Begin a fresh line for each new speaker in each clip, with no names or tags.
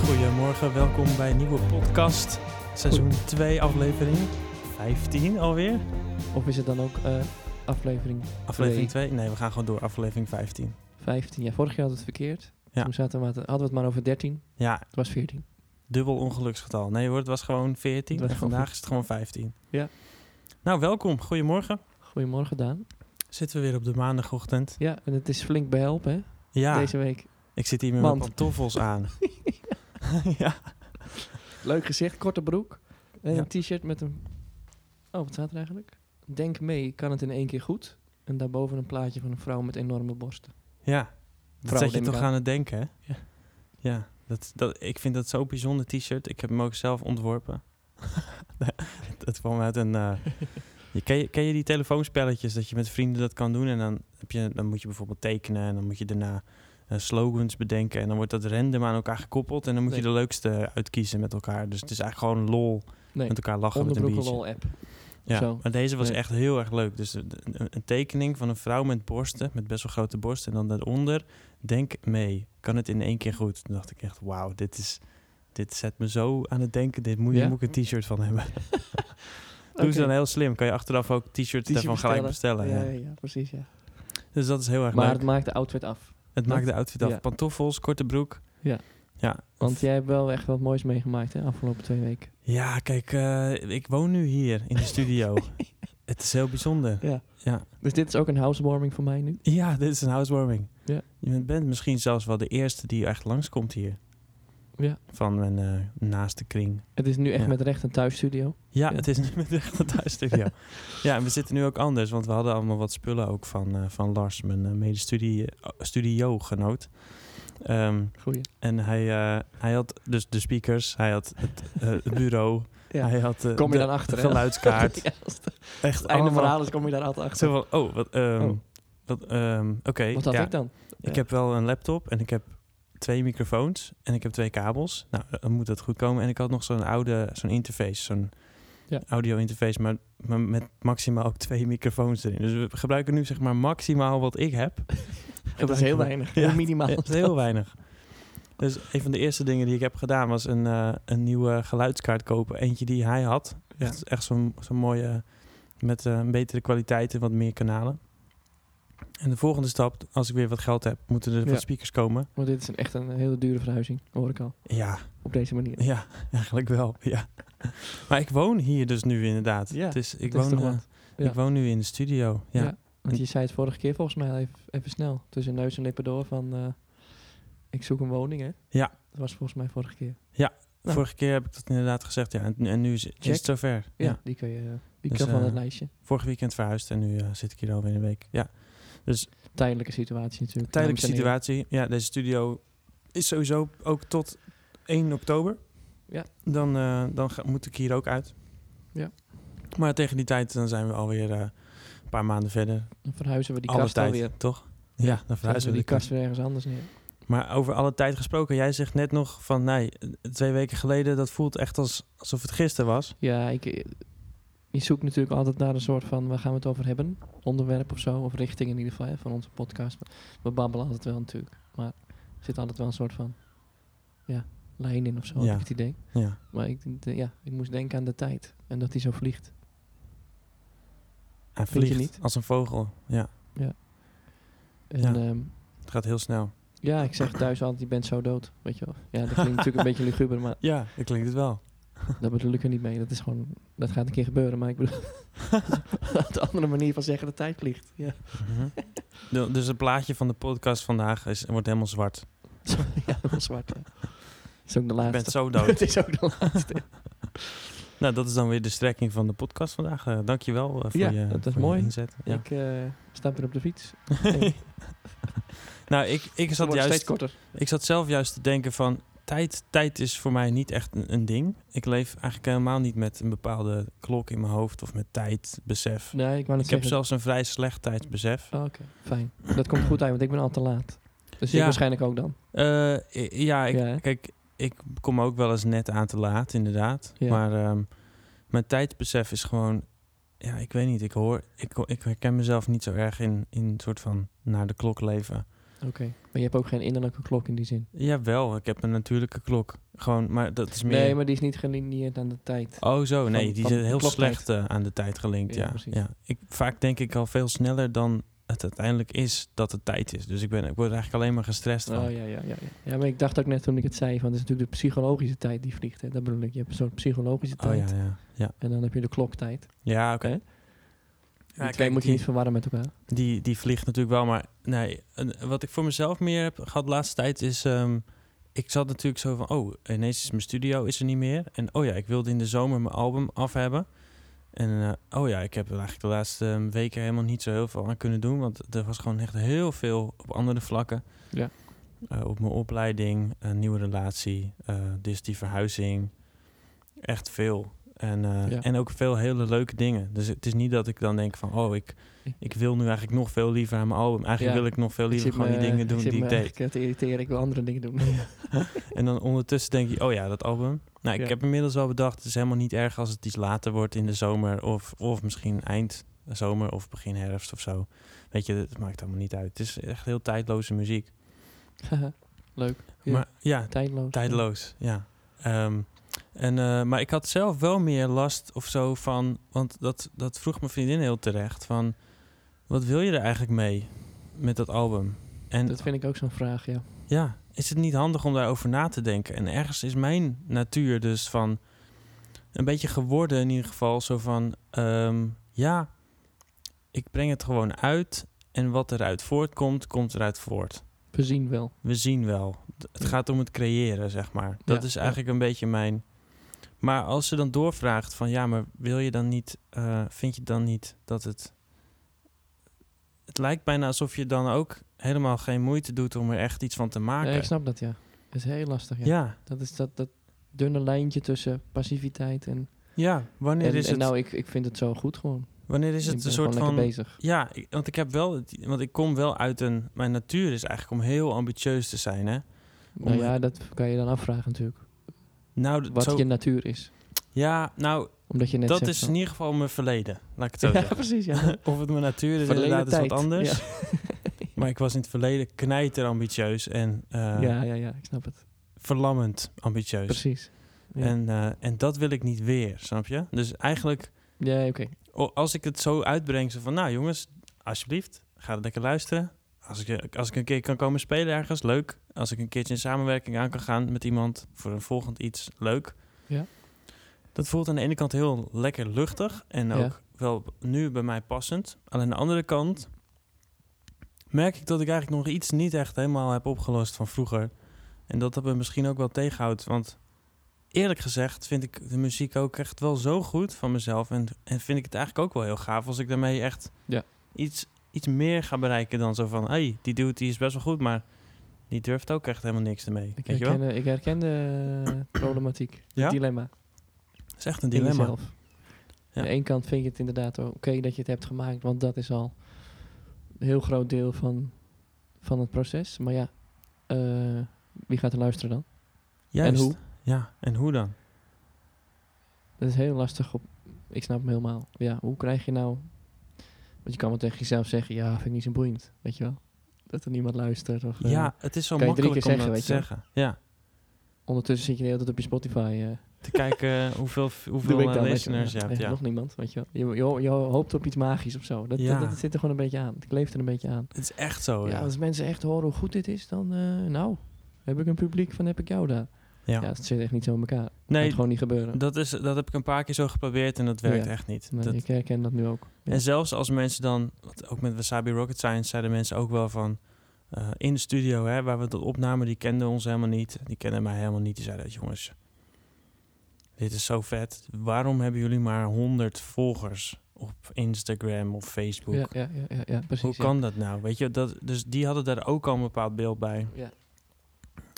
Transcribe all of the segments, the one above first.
Goedemorgen, welkom bij een nieuwe podcast. Seizoen 2, aflevering 15 alweer.
Of is het dan ook eh, aflevering
Aflevering 2? Nee, we gaan gewoon door. Aflevering 15.
15? Ja, vorig jaar hadden we het verkeerd.
Ja.
Toen zaten we, hadden we het maar over 13.
Ja,
Het was 14.
dubbel ongeluksgetal. Nee hoor, het was gewoon 14
Het was
en
gewoon
vandaag is het gewoon 15.
Ja.
Nou, welkom. Goedemorgen.
Goedemorgen, Daan.
Zitten we weer op de maandagochtend.
Ja, en het is flink behelpen hè,
Ja,
deze week.
ik zit hier met mijn
Want-
pantoffels aan. ja.
Leuk gezicht, korte broek. En
Ja.
een t-shirt met een... Oh, wat staat er eigenlijk? Denk mee, kan het in één keer goed. En daarboven een plaatje van een vrouw met enorme borsten.
Ja, dat
Vrouwen,
zet je
denk ik
toch
aan.
aan het denken, hè?
Ja.
Ja, dat, dat, ik vind dat zo'n bijzonder t-shirt. Ik heb hem ook zelf ontworpen. dat kwam uit een... eh, je, ken, je, ken je die telefoonspelletjes dat je met vrienden dat kan doen? En dan, heb je, dan moet je bijvoorbeeld tekenen en dan moet je daarna eh, slogans bedenken. En dan wordt dat random aan elkaar gekoppeld. En dan moet je
Nee.
de leukste uitkiezen met elkaar. Dus het is eigenlijk gewoon lol
Nee,
met elkaar lachen met een
onderbroeken
biertje.
lol app.
Ja,
Zo.
maar deze was
Nee.
echt heel erg leuk. Dus de- de- een, een tekening van een vrouw met borsten, met best wel grote borsten. En dan daaronder, denk mee, kan het in één keer goed? Toen dacht ik echt, wauw, dit, is, dit zet me zo aan het denken. Dit moet, je
Ja?
moet ik een t-shirt van hebben. Doe
Oké.
ze dan heel slim. Kan je achteraf ook t-shirts
T-shirt
daarvan gelijk bestellen.
Ja,
ja.
ja, ja, precies, ja.
Dus dat is heel erg
Maar
leuk.
het maakt de outfit af.
Het maakt de outfit af.
Ja.
Pantoffels, korte broek.
Ja.
Ja,
Want jij hebt wel echt wat moois meegemaakt, hè, afgelopen twee weken.
ja kijk, eh, ik woon nu hier in de studio. het is heel bijzonder.
Ja.
Ja.
Dus dit is ook een housewarming voor mij nu.
Ja, dit is een housewarming.
Ja.
Je bent misschien zelfs wel de eerste die echt langskomt hier.
Ja.
Van mijn eh, naaste kring.
Het is nu echt
Ja.
met recht een thuisstudio.
Ja,
Ja.
het is nu met echt een thuisstudio. ja, en we zitten nu ook anders, want we hadden allemaal wat spullen ook van, eh, van Lars, mijn eh, medestudie studio-genoot. Ehm,
Goeie.
en hij, eh, hij had dus de speakers, hij had het, eh, het bureau,
Ja.
hij had eh,
Kom je
de
dan achter, hè?
geluidskaart.
Ja, als het
echt
einde
allemaal.
verhaal is, kom je daar altijd achter.
Zo van, oh, wat, ehm,
Oh.
wat, ehm, oké.
Wat had
ja.
ik dan?
Ik
Ja.
heb wel een laptop en ik heb twee microfoons en ik heb twee kabels. Nou, dan moet dat goed komen. En ik had nog zo'n oude, zo'n interface, zo'n
Ja.
audio interface, maar, maar met maximaal ook twee microfoons erin. Dus we gebruiken nu zeg maar maximaal wat ik heb.
Dat is heel weinig.
Ja,
Heel minimaal.
Ja, dat is heel weinig. Dus een van de eerste dingen die ik heb gedaan was een, eh, een nieuwe geluidskaart kopen. Eentje die hij had.
Ja.
Echt, echt zo'n zo'n mooie, met eh, een betere kwaliteit en wat meer kanalen. En de volgende stap, als ik weer wat geld heb, moeten er
Ja.
wat speakers komen.
Want dit is een, echt een hele dure verhuizing, hoor ik al.
Ja,
Op deze manier.
ja, eigenlijk wel. Ja. Maar ik woon hier dus nu inderdaad.
Ja,
het is, ik,
dat is
woon,
toch
eh,
wat? Ja.
ik woon nu in de studio. Ja,
Ja. Want je zei het vorige keer volgens mij al even, even snel. Tussen neus en lippen door van... eh, ik zoek een woning, hè?
Ja.
Dat was volgens mij vorige keer. Nou.
Vorige keer heb ik dat inderdaad gezegd. Ja. En, en nu is, is
Check.
het zover.
Ja,
ja.
die kun je... eh, Die
Dus,
kan van
eh,
het lijstje.
Vorig weekend verhuisd en nu eh, zit ik hier alweer een week. Ja,
Tijdelijke situatie natuurlijk.
tijdelijke
dames en heren.
situatie. Ja, deze studio is sowieso ook tot 1 oktober.
Ja.
Dan, eh, dan ga- moet ik hier ook uit.
Ja.
Maar tegen die tijd dan zijn we alweer eh, een paar maanden verder.
Dan verhuizen we die
Alle
kast
tijd,
alweer.
toch? Ja, dan
Zetten
verhuizen
we
we
die
de
kast weer ergens anders neer.
Maar over alle tijd gesproken, jij zegt net nog van nee, twee weken geleden, dat voelt echt als, alsof het gisteren was.
Ja, ik, eh, je zoekt natuurlijk altijd naar een soort van waar gaan we het over hebben? Onderwerp of zo, of richting in ieder geval hè, van onze podcast. We babbelen altijd wel natuurlijk, maar er zit altijd wel een soort van ja, lijn in of zo,
Ja.
heb ik het idee.
Ja.
Maar ik, de- ja, ik moest denken aan de tijd en dat die zo vliegt.
Hij
Vind je
vliegt
niet?
als een vogel. Ja,
En
Ja.
ja.
het gaat heel snel.
ja, ik zeg thuis altijd, je bent zo dood, weet je wel. Ja, dat klinkt natuurlijk een beetje luguber, maar
Ja, dat klinkt het wel.
dat bedoel ik er niet mee. Dat is gewoon, dat gaat een keer gebeuren, maar ik bedoel, de andere manier van zeggen de tijd vliegt. Ja.
Mhm. Du- dus het plaatje van de podcast vandaag is, wordt helemaal zwart.
ja, dat was zwart. Ja. Is ook de
Je
laatste.
bent zo dood.
Het is ook de laatste.
nou, dat is dan weer de strekking van de podcast vandaag. Eh, dankjewel eh, voor
Ja,
je,
dat is
voor je
mooi.
inzet. Ja.
Ik eh stap weer op de fiets. Het
nou, ik, ik, zat
wordt steeds
juist,
korter.
ik zat zelf juist te denken van... Tijd, tijd is voor mij niet echt een, een ding. Ik leef eigenlijk helemaal niet met een bepaalde klok in mijn hoofd... of met tijdbesef.
Nee,
Ik
ik wou net
heb
zeggen.
zelfs een vrij slecht tijdsbesef.
Oh, Oké, fijn. Dat komt goed uit, want ik ben al te laat. Dus
Ja.
ik waarschijnlijk ook dan.
Eh, i- ja, ik,
Ja, hè?
kijk, ik kom ook wel eens net aan te laat, inderdaad.
Ja.
Maar ehm, mijn tijdsbesef is gewoon... Ja, ik weet niet. Ik, hoor, ik, ho- ik herken mezelf niet zo erg in, in een soort van naar de klok leven.
Maar je hebt ook geen innerlijke klok in die zin.
Jawel, ik heb een natuurlijke klok. Gewoon, maar dat is meer...
Nee, maar die is niet gelineerd aan de tijd.
Oh zo, nee,
van-
die
van
zit heel
kloktijd.
slecht eh, aan de tijd gelinkt.
Ja,
Ja, ja,
precies.
Ik, vaak denk ik al veel sneller dan het uiteindelijk is dat het tijd is. Dus ik, ben, ik word er eigenlijk alleen maar gestrest van.
Oh ja, ja, ja, ja. Ja, maar ik dacht ook net toen ik het zei, van het is natuurlijk de psychologische tijd die vliegt. Hè. Dat bedoel ik. Je hebt een soort psychologische
Oh,
tijd
ja, ja. Ja,
en dan heb je de kloktijd.
ja oké.
Hè? Die
Ja,
twee
kijk,
moet je
die-
niet verwarren met elkaar.
Die, die vliegt natuurlijk wel, maar nee, een- wat ik voor mezelf meer heb gehad de laatste tijd is... ehm, ik zat natuurlijk zo van, oh, ineens is mijn studio is er niet meer. En oh ja, ik wilde in de zomer mijn album af hebben. En eh, oh ja, ik heb er eigenlijk de laatste ehm, weken helemaal niet zo heel veel aan kunnen doen. Want er was gewoon echt heel veel op andere vlakken.
Ja.
Eh, op mijn opleiding, een nieuwe relatie, eh, dus die verhuizing. Echt veel. En, eh,
Ja.
en ook veel hele leuke dingen. Dus het is niet dat ik dan denk van, oh, ik, ik wil nu eigenlijk nog veel liever aan mijn album. Eigenlijk
Ja.
wil ik nog veel liever
zit
gewoon
me-
die dingen doen
ik zit
die
me
ik deed.
eigenlijk te irriteren, ik wil andere dingen doen.
En dan ondertussen denk je, oh ja, dat album. Nou, ik
Ja.
heb inmiddels wel bedacht, het is helemaal niet erg als het iets later wordt in de zomer. Of, of misschien eind zomer of begin herfst of zo. Weet je, dat maakt allemaal niet uit. Het is echt heel tijdloze muziek.
Haha, Leuk. Ja.
Maar ja,
Tijdloos.
Tijdloos, ja. Ehm, en, eh, maar ik had zelf wel meer last of zo van... Want dat, dat vroeg mijn vriendin heel terecht. Van, wat wil je er eigenlijk mee met dat album? En
Dat vind ik ook zo'n vraag, ja.
ja, is het niet handig om daarover na te denken? En ergens is mijn natuur dus van... Een beetje geworden in ieder geval. Zo van, ehm, ja, ik breng het gewoon uit. En wat eruit voortkomt, komt eruit voort
We zien wel.
we zien wel. D- Het gaat om het creëren, zeg maar. Dat
Ja,
is
ja.
eigenlijk een beetje mijn. Maar als ze dan doorvraagt van ja, maar wil je dan niet, eh, vind je dan niet dat het. Het lijkt bijna alsof je dan ook helemaal geen moeite doet om er echt iets van te maken.
Nee, ik snap dat, ja. Dat is heel lastig, ja.
ja.
Dat is dat, dat dunne lijntje tussen passiviteit en...
ja, wanneer
en,
is
en
het,
nou, ik, ik vind het zo goed gewoon.
wanneer is
Ik
het
ben
een soort
gewoon lekker
van.
bezig.
Ja, ik- want ik heb wel. het- Want ik kom wel uit een. Mijn natuur is eigenlijk om heel ambitieus te zijn, hè?
Nou
Om-
ja, dat kan je dan afvragen natuurlijk.
Nou, d-
Wat
zo,
je natuur is.
ja, nou,
Omdat je net
dat
zegt
is
van-
in ieder geval mijn verleden. Laat ik het zo
Ja,
zeggen.
precies, ja.
Of het mijn natuur is,
Verleden
inderdaad is wat
tijd,
anders.
Ja.
Maar ik was in het verleden knijter ambitieus en eh,
ja, ja, ja, ik snap het.
verlammend ambitieus.
Precies. Ja,
En, eh, en dat wil ik niet weer, snap je? Dus eigenlijk,
ja oké.
o- als ik het zo uitbreng, zo van, nou jongens, alsjeblieft, ga lekker luisteren. Als ik, eh, als ik een keer kan komen spelen ergens, leuk. Als ik een keertje in samenwerking aan kan gaan met iemand voor een volgend iets, leuk.
Ja.
Dat voelt aan de ene kant heel lekker luchtig en
Ja.
ook wel nu bij mij passend. Alleen aan de andere kant merk ik dat ik eigenlijk nog iets niet echt helemaal heb opgelost van vroeger. En dat dat me misschien ook wel tegenhoudt. Want eerlijk gezegd vind ik de muziek ook echt wel zo goed van mezelf. En, en vind ik het eigenlijk ook wel heel gaaf als ik daarmee echt
Ja.
iets, iets meer ga bereiken dan zo van... hey, die dude die is best wel goed, maar die durft ook echt helemaal niks ermee.
Ik
Weet je wel?
herken, eh, ik herken de problematiek. Het
Ja?
Dilemma.
Dat is echt een
in
dilemma.
jezelf.
Ja.
Aan de ene kant vind je het inderdaad oké dat je het hebt gemaakt, want dat is al een heel groot deel van, van het proces. Maar ja, eh, wie gaat er luisteren dan?
Juist.
En hoe?
Ja, en hoe dan?
Dat is heel lastig. Op, ik snap hem helemaal. Ja, hoe krijg je nou... Want je kan wel tegen jezelf zeggen, ja, vind ik niet zo boeiend, weet je wel? Dat er niemand luistert. Of, eh,
ja, het is zo
kan je drie
makkelijk om
keer zeggen,
dat te
weet je wel?
zeggen. Ja.
Ondertussen zit je de hele tijd op je Spotify. eh,
Te kijken hoeveel,
doe
hoeveel
ik
eh,
dan, weet je wel.
listeners je
Ja,
hebt.
eh,
Ja.
Nog niemand, weet je wel. Je, je, je hoopt op iets magisch of zo. Dat,
Ja.
dat, dat zit er gewoon een beetje aan. Het kleeft er een beetje aan.
Het is echt zo.
ja,
Oh, Ja.
als mensen echt horen hoe goed dit is, dan eh, nou, heb ik een publiek van heb ik jou daar.
Ja.
Ja, het zit echt niet zo in elkaar. Het
Nee,
gaat gewoon niet gebeuren.
dat, is, dat heb ik een paar keer zo geprobeerd en dat werkt
Ja.
echt niet.
Maar
Dat-
ik herken dat nu ook. Ja.
En zelfs als mensen dan, want ook met Wasabi Rocket Science zeiden mensen ook wel van eh, in de studio, hè, waar we dat opnamen, die kenden ons helemaal niet. Die kenden mij helemaal niet. Die zeiden, jongens, dit is zo vet. Waarom hebben jullie maar 100 volgers op Instagram of Facebook?
ja, ja, ja, ja, ja, precies.
Hoe
ja.
kan dat nou? Weet je, dat, dus die hadden daar ook al een bepaald beeld bij.
Ja.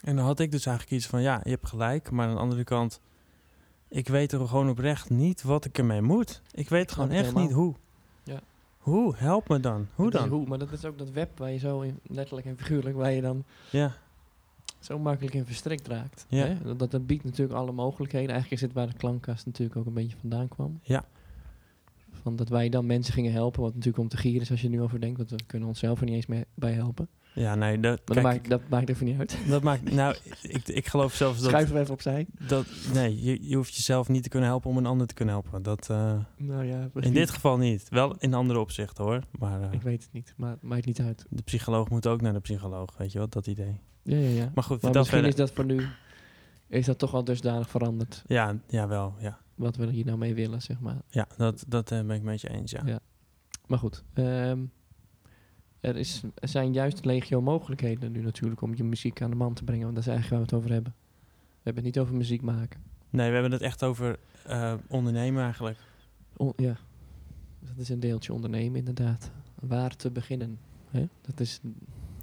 En dan had ik dus eigenlijk iets van, ja, je hebt gelijk. Maar aan de andere kant, ik weet er gewoon oprecht niet wat ik ermee moet. Ik weet
snap
gewoon
het
echt niet
helemaal.
hoe.
Ja.
Hoe? Help me dan. Hoe
Dat is
dan?
Hoe, maar dat is ook dat web waar je zo in, letterlijk en figuurlijk, waar je dan
Ja,
zo makkelijk in verstrikt raakt.
Ja.
Hè? Dat, dat, dat biedt natuurlijk alle mogelijkheden. Eigenlijk is het waar de klankkast natuurlijk ook een beetje vandaan kwam.
Ja.
Van dat wij dan mensen gingen helpen, wat natuurlijk om te gieren is als je er nu over denkt, want we kunnen onszelf er niet eens meer bij helpen.
Ja, nee, dat,
Maar dat
kijk,
maakt, dat maakt even niet uit.
dat maakt... Nou, ik, ik geloof zelfs dat...
Schuif hem even opzij.
dat nee, je, je hoeft jezelf niet te kunnen helpen om een ander te kunnen helpen. Dat, eh,
Nou ja,
in dit geval niet. Wel in andere opzichten hoor. Maar eh,
Ik weet het niet, maar het maakt niet uit.
de psycholoog moet ook naar de psycholoog, weet je wat, dat idee.
Ja, ja, ja.
Maar goed,
Maar
vertel
misschien
verder.
is dat voor nu... Is dat toch wel dusdanig veranderd
Ja, jawel, ja.
wat we hier nou mee willen, zeg maar.
Ja, dat, dat eh, ben ik met je eens, ja.
Ja. Maar goed, ehm, er, is, er zijn juist legio mogelijkheden nu natuurlijk om je muziek aan de man te brengen. Want dat is eigenlijk waar we het over hebben. We hebben het niet over muziek maken.
Nee, we hebben het echt over eh, ondernemen eigenlijk.
On- ja, dat is een deeltje ondernemen inderdaad. Waar te beginnen? Hè? Dat is,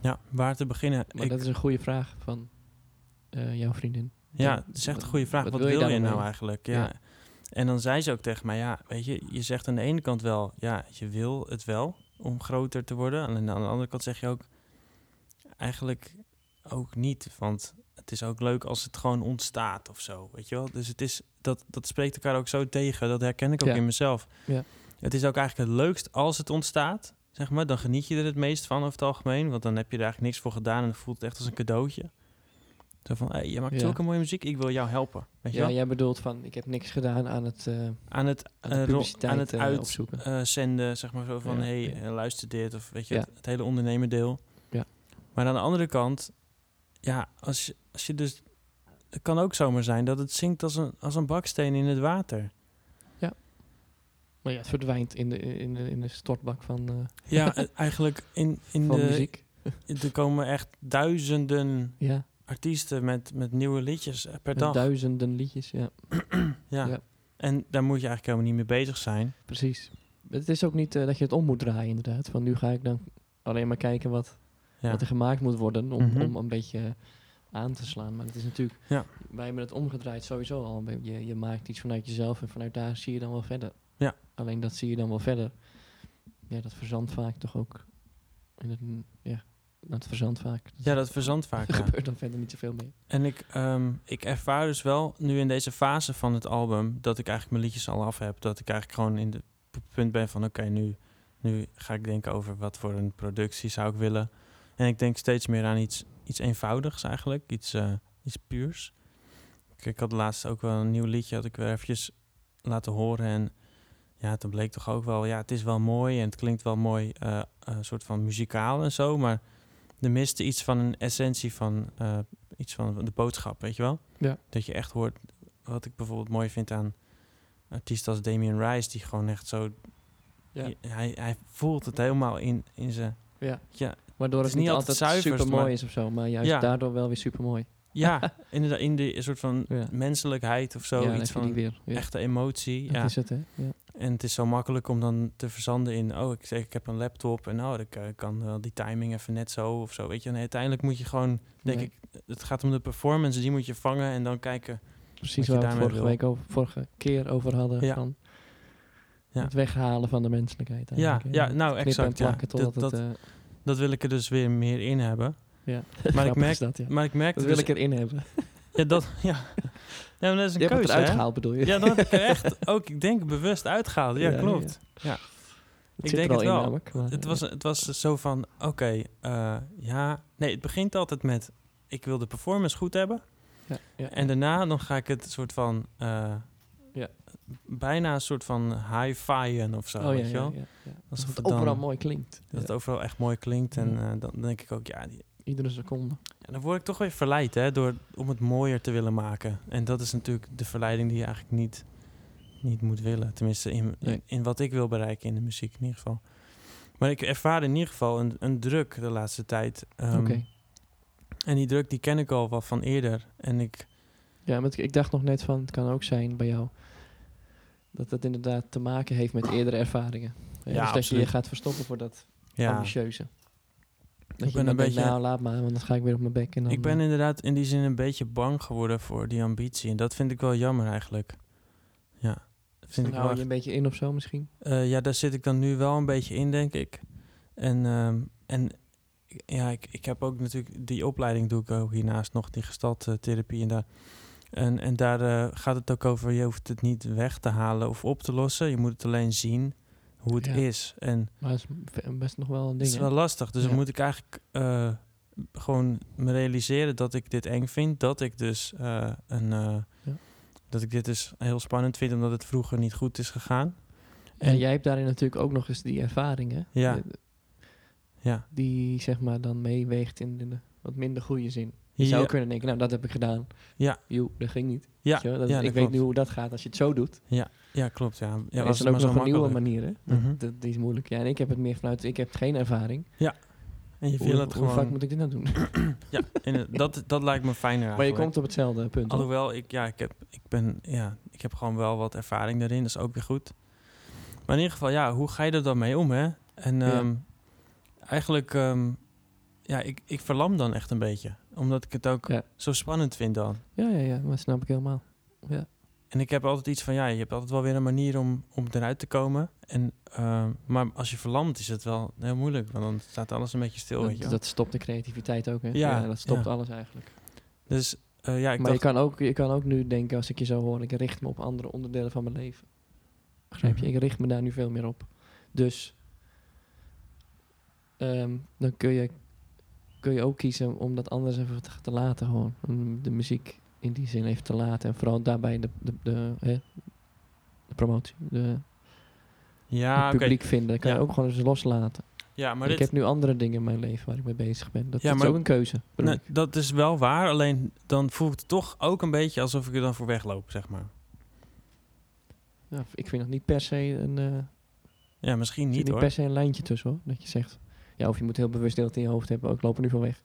Ja, waar te beginnen?
maar
Ik-
dat is een goede vraag van eh, jouw vriendin.
ja,
ja,
dat is echt een
wat-
goede vraag.
wat
Wat,
wil je
wil je,
daarmee?
nou eigenlijk? Ja.
Ja.
En dan zei ze ook tegen mij, ja, weet je, je zegt aan de ene kant wel, ja, je wil het wel om groter te worden. En aan de andere kant zeg je ook, eigenlijk ook niet, want het is ook leuk als het gewoon ontstaat of zo, weet je wel. Dus het is, dat, dat spreekt elkaar ook zo tegen, dat herken ik ook
Ja.
in mezelf.
Ja.
Het is ook eigenlijk het leukst als het ontstaat, zeg maar, dan geniet je er het meest van over het algemeen, want dan heb je er eigenlijk niks voor gedaan en dan voelt het echt als een cadeautje. Zo van, hey, je maakt
Ja.
zulke mooie muziek, ik wil jou helpen, weet je
Ja,
wel.
jij bedoelt van, ik heb niks gedaan aan het, eh,
Aan het
aan
Eh,
de
ro-
publiciteit
aan het
eh,
uit-
opzoeken.
eh, zenden, zeg maar zo van
Ja,
hey,
ja.
eh, luister dit of weet je,
Ja.
het, het hele ondernemerdeel.
Ja.
Maar aan de andere kant, ja, als je, als je dus, het kan ook zomaar zijn dat het zinkt als een, als een baksteen in het water.
Maar ja, het verdwijnt in de, in de, in de stortbak van, eh,
Ja, eh, eigenlijk in, in
van
de,
muziek.
er komen echt duizenden
Ja,
artiesten met, met nieuwe liedjes eh, per
met
dag.
duizenden liedjes, ja.
ja.
ja.
En daar moet je eigenlijk helemaal niet mee bezig zijn.
Precies. Het is ook niet eh, dat je het om moet draaien, inderdaad. Van nu ga ik dan alleen maar kijken wat,
Ja.
wat er gemaakt moet worden om,
Mhm.
om een beetje eh, aan te slaan. Maar het is natuurlijk,
Ja.
wij hebben het omgedraaid sowieso al. Je, je maakt iets vanuit jezelf en vanuit daar zie je dan wel verder.
Ja.
Alleen dat zie je dan wel verder. Ja, dat verzandt vaak toch ook. In het, ja, dat verzandt vaak.
ja, dat verzandt vaak.
Er
ja.
gebeurt dan verder niet zoveel meer.
En ik, ehm, ik ervaar dus wel nu in deze fase van het album dat ik eigenlijk mijn liedjes al af heb. Dat ik eigenlijk gewoon in de p- punt ben van oké, nu, nu ga ik denken over wat voor een productie zou ik willen. En ik denk steeds meer aan iets, iets eenvoudigs eigenlijk, iets, eh, iets puurs. Ik, ik had laatst ook wel een nieuw liedje, had ik weer eventjes laten horen. En ja, toen bleek toch ook wel, ja, het is wel mooi en het klinkt wel mooi, eh eh, soort van muzikaal en zo. Maar er miste iets van een essentie van eh, iets van de boodschap, weet je wel?
Ja.
Dat je echt hoort wat ik bijvoorbeeld mooi vind aan artiesten als Damien Rice, die gewoon echt zo.
Ja.
je- hij, hij voelt het helemaal in, in zijn.
Ja.
Ja,
Waardoor het,
is niet altijd zuiverst,
super mooi
maar-
is of zo. Maar juist
Ja.
daardoor wel weer super mooi.
ja inderdaad, in die soort van
Ja.
menselijkheid of zo. iets van
weer. Ja.
echte emotie.
Dat
ja.
is het, hè? Ja.
En het is zo makkelijk om dan te verzanden in, oh, ik, zeg, ik heb een laptop en oh, ik kan wel die timing even net zo of zo, weet je. En uiteindelijk moet je gewoon, denk
Ja.
ik, het gaat om de performance, die moet je vangen en dan kijken.
Precies
Wat
waar
je
we het
daarmee
vorige,
wil.
week over, vorige keer over hadden.
Ja.
Van
Ja.
Het weghalen van de menselijkheid.
Ja,
eigenlijk, hè.
ja, nou,
eh, Knippen en
exact. Ja.
plakken totdat
Dat, dat,
het... eh,
dat wil ik er dus weer meer in hebben.
ja,
Maar ik
grappig
merk,
is dat, ja.
maar ik merk
dat
dus-
wil ik erin hebben.
Ja, dat, ja. ja maar dat is een
Je hebt het
keuze. hè?
uitgehaald, bedoel je?
Ja, dat heb ik er echt ook, ik denk, bewust uitgehaald. Ja,
Ja, ja,
klopt.
Het
ik
zit er
denk
al
het
in
wel.
namelijk, maar,
Het
eh,
was, het was zo van, oké, eh, ja... Nee, het begint altijd met, ik wil de performance goed hebben.
ja, ja.
En daarna dan ga ik het soort van... eh,
Ja.
Bijna een soort van high-fi'en of zo,
oh, ja,
weet je
ja,
wel?
ja, ja.
Alsof
Alsof het
het dan-
overal mooi klinkt.
Dat het
Ja,
overal echt mooi klinkt. En
Ja.
eh, dan denk ik ook, ja, die,
Iedere seconde.
ja, dan word ik toch weer verleid hè, door, om het mooier te willen maken. En dat is natuurlijk de verleiding die je eigenlijk niet, niet moet willen. Tenminste, in,
Nee.
in, in wat ik wil bereiken in de muziek in ieder geval. Maar ik ervaar in ieder geval een, een druk de laatste tijd. Ehm,
Oké.
En die druk die ken ik al wel van eerder. En ik,
Ja, maar ik, ik dacht nog net van, het kan ook zijn bij jou... dat het inderdaad te maken heeft met eerdere ervaringen. Hè,
Ja,
dus dat je je
absoluut.
gaat verstoppen voor dat
ja,
ambitieuze. Dat
Ik
je
ben
dan
een
denkt,
beetje-
nou laat maar, want dan ga ik weer op mijn bek. En dan, eh,
ik ben inderdaad in die zin een beetje bang geworden voor die ambitie. En dat vind ik wel jammer eigenlijk. Ja, dat
dan
vind ik wel
hou
echt-
je een beetje in of zo misschien.
Eh, ja, daar zit ik dan nu wel een beetje in, denk ik. En, ehm, en ik- ja, ik, ik heb ook natuurlijk die opleiding doe ik ook hiernaast nog, die gestalttherapie en daar. En, en daar eh, gaat het ook over, je hoeft het niet weg te halen of op te lossen. Je moet het alleen zien hoe het
Ja.
is. En
Maar dat is v- best nog wel een
het
ding.
is wel
hè?
lastig. Dus
Ja.
dan moet ik eigenlijk eh, gewoon me realiseren dat ik dit eng vind. Dat ik dus eh, een. eh,
Ja.
Dat ik dit dus heel spannend vind, omdat het vroeger niet goed is gegaan.
En jij hebt daarin natuurlijk ook nog eens die ervaringen.
Ja.
eh,
Ja.
Die zeg maar dan meeweegt in de wat minder goede zin. Je zou
ja,
kunnen denken, nou dat heb ik gedaan.
Ja.
Joe, dat ging niet.
ja,
Weet je wel,
ja,
dat-
dat
ik weet
klopt.
nu hoe dat gaat als je het zo doet.
Ja, klopt. Ja, ja
Er is
het
dan ook
maar
nog
zo
een nieuwe
makkelijk.
manier. hè? Dat,
Mhm.
dat- die is moeilijk. Ja, en ik heb het meer vanuit, ik heb geen ervaring.
En je
Hoe,
viel het
hoe
gewoon.
vaak moet ik dit nou doen?
Ja, en het- dat, dat lijkt me fijner
maar je
eigenlijk.
komt op hetzelfde punt. hoor.
Alhoewel, ik, ja, ik, heb, ik, ben, ja, ik heb gewoon wel wat ervaring daarin. Dat is ook weer goed. Maar in ieder geval, ja, hoe ga je er dan mee om, hè? En
Ja.
ehm, eigenlijk, ehm, ja, ik, ik verlam dan echt een beetje. Omdat ik het ook
Ja.
zo spannend vind dan.
Ja, ja, ja, maar dat snap ik helemaal.
En ik heb altijd iets van, ja, je hebt altijd wel weer een manier om, om eruit te komen. En, ehm, maar als je verlamd is het wel heel moeilijk. Want dan staat alles een beetje stil, weet je
Dat,
wel.
dat stopt de creativiteit ook. Hè?
Ja,
dat stopt
ja.
alles eigenlijk.
Dus eh, ja, ik
maar
dacht,
je, kan ook, je kan ook nu denken, als ik je zo hoor, ik richt me op andere onderdelen van mijn leven. Begrijp je?
Mhm.
Ik richt me daar nu veel meer op. Dus ehm, dan kun je, kun je ook kiezen om dat anders even te, te laten. Gewoon. Om de muziek in die zin even te laten. En vooral daarbij de, de, de, hè, de promotie. De,
ja,
het
Ah, oké.
publiek vinden. Dat kan je
Ja.
ook gewoon eens loslaten.
Ja, maar
ik
dit,
heb nu andere dingen in mijn leven waar ik mee bezig ben. Dat,
Ja,
dat
maar-
is ook een keuze. bedoel
Nee,
ik.
dat is wel waar, alleen dan voelt het toch ook een beetje alsof ik er dan voor wegloop, zeg maar.
Ja, ik vind dat niet per se een... eh,
Ja, misschien
Er zit
niet
niet
hoor.
per se een lijntje tussen hoor. Dat je zegt. Ja, of je moet heel bewust deelt in je hoofd hebben. Oh, ik loop er nu van weg.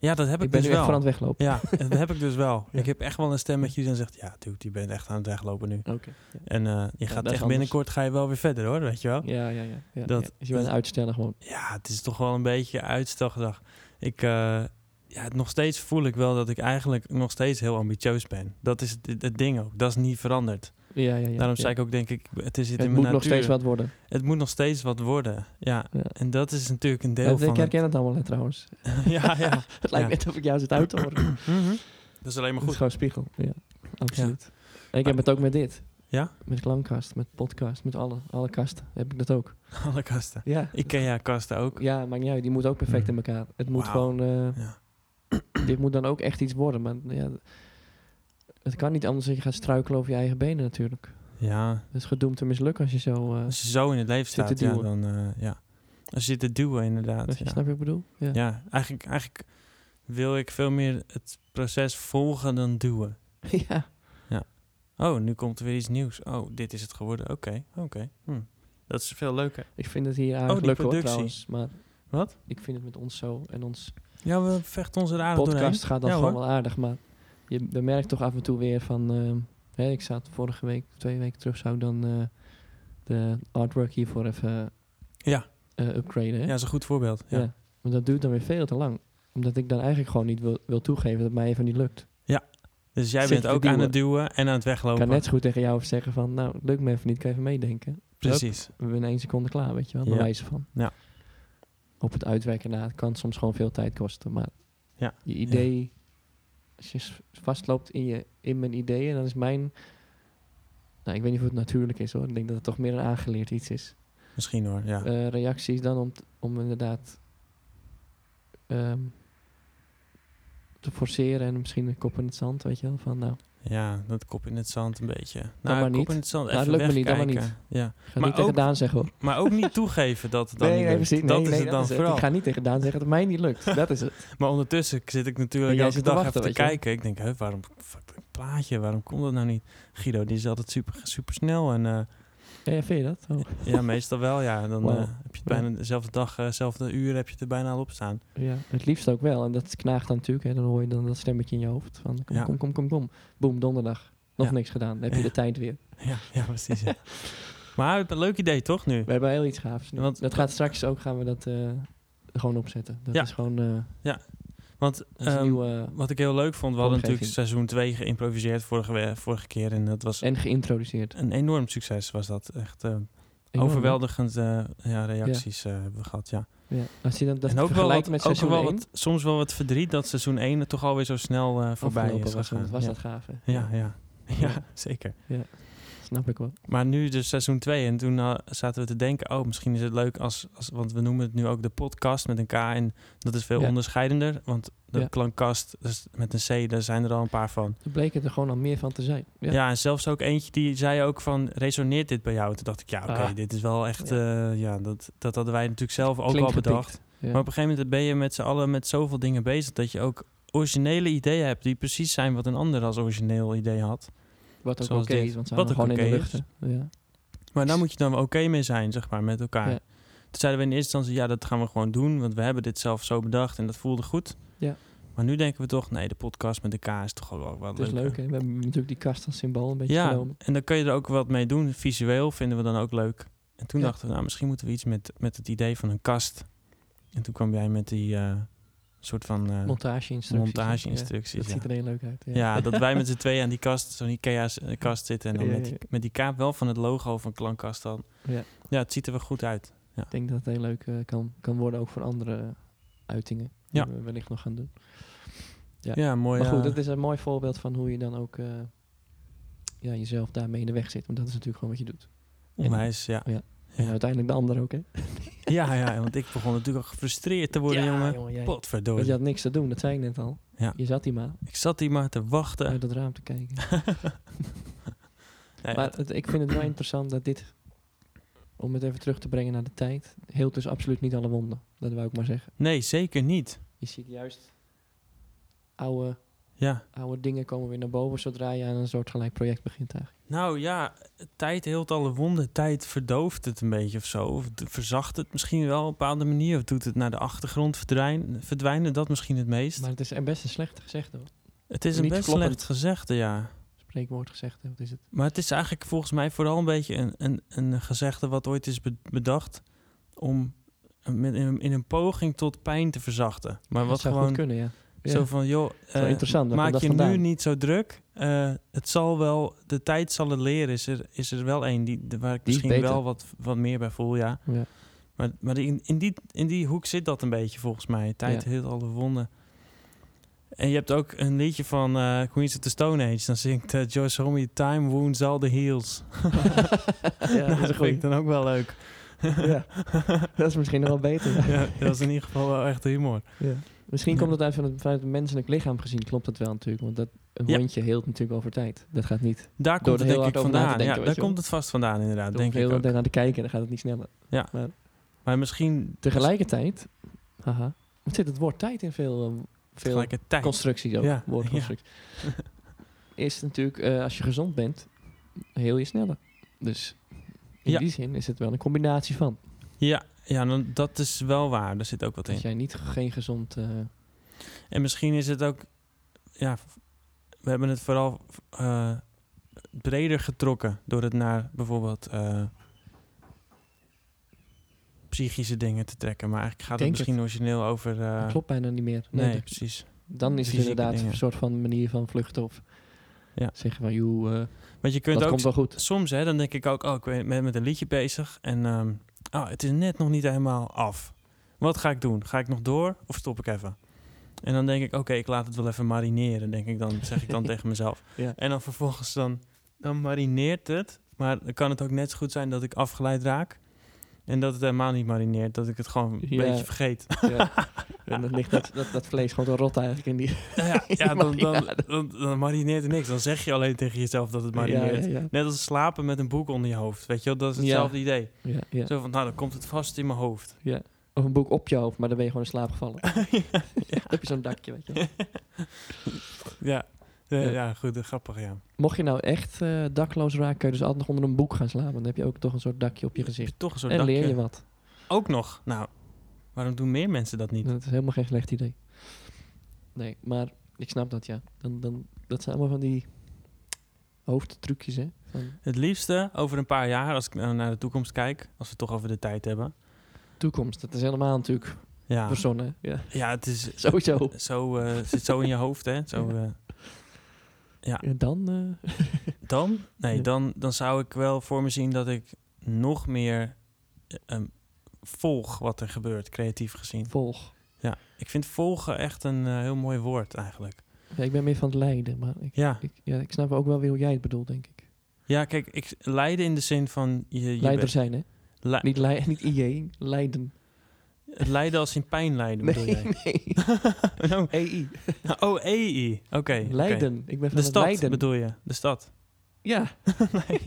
Ja, dat heb
Ik,
ik,
ben
dus
nu
wel.
echt van aan het weglopen.
Ja, dat heb ik dus wel.
Ja.
Ik heb echt wel een stemmetje die dan zegt, ja dude, die bent echt aan het weglopen nu.
Oké.
En eh, je
dat
gaat
is
echt
anders.
binnenkort ga je wel weer verder hoor, weet je wel. Ja,
Ja, ja, ja. ja,
Dat-
ja. Dus je bent
dat-
uitstellen gewoon.
het is toch wel een beetje uitstelgedrag. Ik, eh, ja, het- nog steeds voel ik wel dat ik eigenlijk nog steeds heel ambitieus ben. Dat is het, het ding ook, dat is niet veranderd.
Ja, ja, ja.
Daarom
ja.
zei ik ook denk ik, het is
Het
in
moet
mijn
nog
natuur.
steeds wat worden.
Het moet nog steeds wat worden, ja.
Ja.
En dat is natuurlijk een deel
Ja,
van
ik
het-
herken het allemaal hè, trouwens.
ja, ja.
Het lijkt
Ja.
net of ik jou zit uit te horen.
Dat is alleen maar
Het Mhm. is
goed.
gewoon spiegel. Ja, absoluut. En ik heb
Maar-
het ook met dit.
Ja?
Met klankkast, met podcast, met alle, alle kasten heb ik dat ook.
Alle kasten.
Ja.
Ik ken jouw kasten ook. Mm.
Ja, maakt niet uit. Die moet ook perfect in elkaar. Het moet
Wauw.
gewoon... eh,
Ja.
dit moet dan ook echt iets worden. Maar ja, het kan niet anders dat je gaat struikelen over je eigen benen natuurlijk.
ja.
Het is gedoemd te mislukken als je zo... eh
Als je zo in het leven
Zit te
staat, ja,
duwen.
dan... eh, ja. Als je zit te duwen,
als
inderdaad.
je
Ja,
Snap je wat ik bedoel? Ja.
ja. Eigenlijk, eigenlijk wil ik veel meer het proces volgen dan duwen.
Ja.
Oh, nu komt er weer iets nieuws. Oh, dit is het geworden. Oké, oké. Hm. Dat is veel leuker.
Ik vind het hier aardig
Oh, die
lukken hoor,
productie.
trouwens. Maar
Wat?
ik vind het met ons zo. En ons
Ja, we vechten onze aardig doorheen.
podcast gaat dan
Ja,
gewoon
hoor.
wel aardig. Maar je bemerkt toch af en toe weer van... ehm, hè, ik zat vorige week, twee weken terug, zou ik dan eh, de artwork hiervoor even
Ja.
eh, upgraden. Hè?
Ja, dat is een goed voorbeeld. Ja.
Ja. Maar dat duurt dan weer veel te lang. Omdat ik dan eigenlijk gewoon niet wil, wil toegeven dat het mij even niet lukt.
Dus jij
Zit
bent
te
ook aan
duwen.
het duwen en aan het
Ik
weglopen.
kan net zo goed tegen jou zeggen van... Nou, het lukt me even niet, kan je even meedenken.
Precies.
we zijn in één seconde klaar, weet je wel, bij
Ja.
wijze van.
Ja.
Op het uitwerken na, het kan soms gewoon veel tijd kosten, maar
Ja.
je idee, als je s- vastloopt in, je, in mijn ideeën, dan is mijn, nou ik weet niet of het natuurlijk is hoor, ik denk dat het toch meer een aangeleerd iets is.
Misschien hoor, ja.
Eh, reactie is dan om, t- om inderdaad ehm, te forceren en misschien een kop in het zand, weet je wel, van nou,
Ja, dat kop in het zand een beetje. Nou,
maar
kop
niet.
in het zand,
Nou,
even
dat lukt me niet, dat maar
wegkijken. Ja.
ga
Maar
niet tegen
ook-
Daan zeggen hoor.
Maar ook niet toegeven dat het dan niet lukt.
precies.
dat is het dan
is het.
vooral.
Ik ga niet tegen Daan zeggen dat het mij niet lukt, dat is het.
Maar ondertussen zit ik
En
natuurlijk
jij
elke
zit te
dag
wachten,
even te
weet je.
kijken. Ik denk, hè, waarom fuck, dat plaatje, waarom komt dat nou niet? Guido, die is altijd super, super snel. En eh,
Ja, vind je dat? Oh.
ja, meestal wel, ja. Dan
Wauw.
eh, heb je het bijna dezelfde dag, eh, dezelfde uur heb je het er bijna al op staan.
Ja, het liefst ook wel. En dat knaagt dan natuurlijk. Hè. Dan hoor je dan dat stemmetje in je hoofd. Van kom,
Ja.
kom, kom, kom, kom. Boom, donderdag. Nog
Ja.
niks gedaan. Dan heb je de tijd weer.
Ja, ja precies. ja. maar een leuk idee toch nu?
We hebben heel iets gaafs. nu.
Want-
dat gaat straks ook, gaan we dat eh, gewoon opzetten. Dat
Ja.
is gewoon eh,
Want
ons
ehm,
nieuwe...
wat ik heel leuk vond, we hadden natuurlijk
Vormgeving.
seizoen 2 geïmproviseerd vorige, we- vorige keer. En dat was
En geïntroduceerd.
een enorm succes, was dat. Echt eh,
Enorm,
overweldigend eh, ja, reacties eh, hebben we gehad, ja.
hè? Ja. Als je dan, dat
en ook wel,
vergelijkt
wat,
met
ook
seizoen
wel
1,
wat, soms wel wat verdriet dat seizoen 1 toch alweer zo snel eh, voorbij
afgelopen
is
was,
gegaan.
dat- was
ja.
dat gaaf. hè?
Ja, ja. Ja,
Ja.
zeker.
Snap ik wel.
Maar nu dus seizoen 2 en toen eh, zaten we te denken, oh misschien is het leuk als, als, want we noemen het nu ook de podcast met een K en dat is veel
Ja.
onderscheidender, want de
Ja.
klankkast dus met een C, daar zijn er al een paar van.
Er bleken er gewoon al meer van te zijn. Ja.
Ja. en zelfs ook eentje die zei ook van, resoneert dit bij jou? Toen dacht ik, ja oké,
Ah.
dit is wel echt, eh, ja, dat, dat hadden wij natuurlijk zelf ook
Flink
al bedacht.
gepiekt. Ja.
Maar op een gegeven moment ben je met z'n allen met zoveel dingen bezig dat je ook originele ideeën hebt die precies zijn wat een ander als origineel idee had.
Wat ook oké
zoals dit.
is, want ze
Wat
hadden gewoon
ook
in de
oké
lucht.
is.
hè. Ja.
Maar daar moet je dan wel oké mee zijn, zeg maar, met elkaar.
Ja.
Toen zeiden we in eerste instantie, ja, dat gaan we gewoon doen, want we hebben dit zelf zo bedacht en dat voelde goed.
Ja.
Maar nu denken we toch, nee, de podcast met de K is toch wel wel
Het
wat
is leuk,
leuk.
hè? We hebben natuurlijk die kast als symbool een beetje
Ja,
genomen.
en dan kun je er ook wat mee doen. Visueel vinden we dan ook leuk. En toen
Ja.
dachten we, nou, misschien moeten we iets met, met het idee van een kast. En toen kwam jij met die eh, soort van eh,
Montage-instructies.
montage-instructies.
Ja, dat
ja.
ziet er heel leuk uit. Ja.
Ja, dat wij met z'n tweeën aan die kast, zo'n IKEA-kast zitten. En dan
Ja,
met die,
ja.
met die kaap wel van het logo van Klankkast dan.
Ja.
ja, het ziet er wel goed uit.
Ik denk dat het heel leuk eh, kan, kan worden, ook voor andere eh, uitingen. Die
Ja.
we wellicht nog gaan doen.
Ja,
Ja.
mooi.
maar goed,
eh,
dat is een mooi voorbeeld van hoe je dan ook eh, ja, jezelf daarmee in de weg zit. Want dat is natuurlijk gewoon wat je doet.
onwijs, ja.
En uiteindelijk de ander ook, hè?
Ja, ja, want ik begon natuurlijk al gefrustreerd te worden,
ja,
jongen.
jij-
Potverdorie.
want je had niks te doen, dat zei ik net al.
Ja.
Je zat hier maar
Ik zat hier maar te wachten.
uit het raam te kijken.
Nee,
Maar het- ik vind het wel interessant dat dit, om het even terug te brengen naar de tijd, heelt dus absoluut niet alle wonden. Dat wou ik maar zeggen.
nee, zeker niet.
Je ziet juist oude,
Ja.
oude dingen komen weer naar boven zodra je aan een soort gelijk project begint eigenlijk.
Nou ja, tijd heelt alle wonden. Tijd verdooft het een beetje of zo. Of het verzacht het misschien wel op een bepaalde manier. Of doet het naar de achtergrond verdwijnen. verdwijnen dat misschien het meest.
Maar het is best een slecht gezegd hoor.
het is een
niet
best
kloppend.
slecht gezegde, ja.
Spreekwoord gezegd, hè, wat is het?
Maar het is eigenlijk volgens mij vooral een beetje een, een, een gezegde wat ooit is be- bedacht om met- in, een- in een poging tot pijn te verzachten. Maar
dat
wat
zou
gewoon
goed kunnen, ja. Ja,
zo van, joh,
het is wel
eh,
interessant. waar
maak
komt
je
dat vandaan?
nu niet zo druk. Eh, het zal wel, de tijd zal het leren. Is er, is er wel één die, de- waar ik
Die is
misschien
beter.
wel wat, wat meer bij voel, ja.
Ja.
Maar, maar in, in, die, in die hoek zit dat een beetje volgens mij. Tijd
Ja.
heelt alle wonden. En je hebt ook een liedje van eh, Queens of the Stone Age. Dan zingt eh, Joyce Homme, Time wounds all the heels.
ja,
Nou,
dat is
dat
een
vind ik
goeie.
dan ook wel leuk.
Ja. Dat is misschien nog wel beter.
Ja, dat is in ieder geval wel echt humor.
Ja. Misschien
Ja.
komt het uit van het, vanuit het menselijk lichaam gezien, klopt dat wel natuurlijk. Want dat, een
Ja.
wondje heelt natuurlijk over tijd. Dat gaat niet.
Daar komt
Door er
het
heel
denk ik
hard over na te
vandaan. ja,
denken, weet
daar
je wel.
komt het vast vandaan inderdaad,
Door
denk
heel
ik
de
ook.
tijd naar te kijken, dan gaat het niet sneller.
Maar misschien
Tegelijkertijd, haha, wat zit het woord tijd in veel, eh, veel
tegelijkertijd.
constructies ook.
Ja,
Woordconstructies. is natuurlijk, eh, als je gezond bent, heel je sneller. Dus in
Ja.
die zin is het wel een combinatie van.
Ja, ja dan, dat is wel waar. Daar zit ook wat in.
Dat jij niet geen gezond... eh,
En misschien is het ook... Ja, v- we hebben het vooral eh, breder getrokken... door het naar bijvoorbeeld... eh, psychische dingen te trekken. Maar eigenlijk gaat het
Denk het.
misschien origineel over... eh,
dat klopt bijna niet meer.
Nee,
Nee, dat-
precies.
dan is het
fysieke
inderdaad
dingen.
een soort van manier van vluchten of
Ja.
zeggen van, joh, eh,
Want je kunt
dat
ook
komt wel goed.
soms hè, dan denk ik ook, oh, ik ben ben met een liedje bezig en ehm, ah, het is net nog niet helemaal af. Wat ga ik doen? Ga ik nog door of stop ik even? En dan denk ik, oké, ik laat het wel even marineren, denk ik dan, zeg ik dan tegen mezelf.
Ja.
En dan vervolgens dan, dan marineert het, maar dan kan het ook net zo goed zijn dat ik afgeleid raak. En dat het helemaal niet marineert, dat ik het gewoon een
Ja.
beetje vergeet.
Ja. En dan ligt dat, dat, dat vlees gewoon te rot eigenlijk in die...
ja, ja dan, dan,
Marinade.
dan, dan marineert er niks. Dan zeg je alleen tegen jezelf dat het marineert.
Ja, ja,
Net als slapen met een boek onder je hoofd, weet je wel? Dat is
Ja.
hetzelfde idee.
ja. ja, ja.
Zo van, nou, dan komt het vast in mijn hoofd.
Of een boek op je hoofd, maar dan ben je gewoon in slaap gevallen. Dan heb je zo'n dakje, weet je wel.
Ja, Eh, ja.
Ja.
goed, eh, grappig, ja.
Mocht je nou echt eh, dakloos raken, kun je dus altijd nog onder een boek gaan slapen. Dan heb je ook toch een soort dakje op je
Heb
gezicht.
je toch een soort
En
dakje.
leer je wat.
Ook nog. Nou, waarom doen meer mensen dat niet?
Dat is helemaal geen slecht idee. Nee, maar ik snap dat, ja. Dan, dan, dat zijn allemaal van die hoofdtrucjes, hè. Van
Het liefste over een paar jaar, als ik nou naar de toekomst kijk, als we het toch over de tijd hebben.
toekomst. Dat is helemaal natuurlijk
Ja,
verzonnen. hè. Ja.
ja het is eh,
Sowieso.
zo, eh, zit zo in je hoofd, hè? Zo, eh,
En dan... eh,
dan? Nee,
Ja.
dan, dan zou ik wel voor me zien dat ik nog meer eh, ehm, volg wat er gebeurt, creatief gezien.
volg.
Ja, ik vind volgen echt een eh, heel mooi woord eigenlijk.
Ja, ik ben meer van het lijden, maar ik,
Ja,
ik, ja, ik snap ook wel weer hoe jij het bedoelt, denk ik.
Ja, kijk, ik, leiden in de zin van... Je, je
Leider
bent- Ah.
zijn, hè?
le-
Niet, lei- niet E, IJ, Leiden.
leiden als in pijn lijden,
Nee,
bedoel jij?
nee. E
Nou,
EI.
oh, EI. Oké. oké.
Leiden. Ik ben van
De
het
stad,
Leiden.
bedoel je? De stad.
Ja,
nee.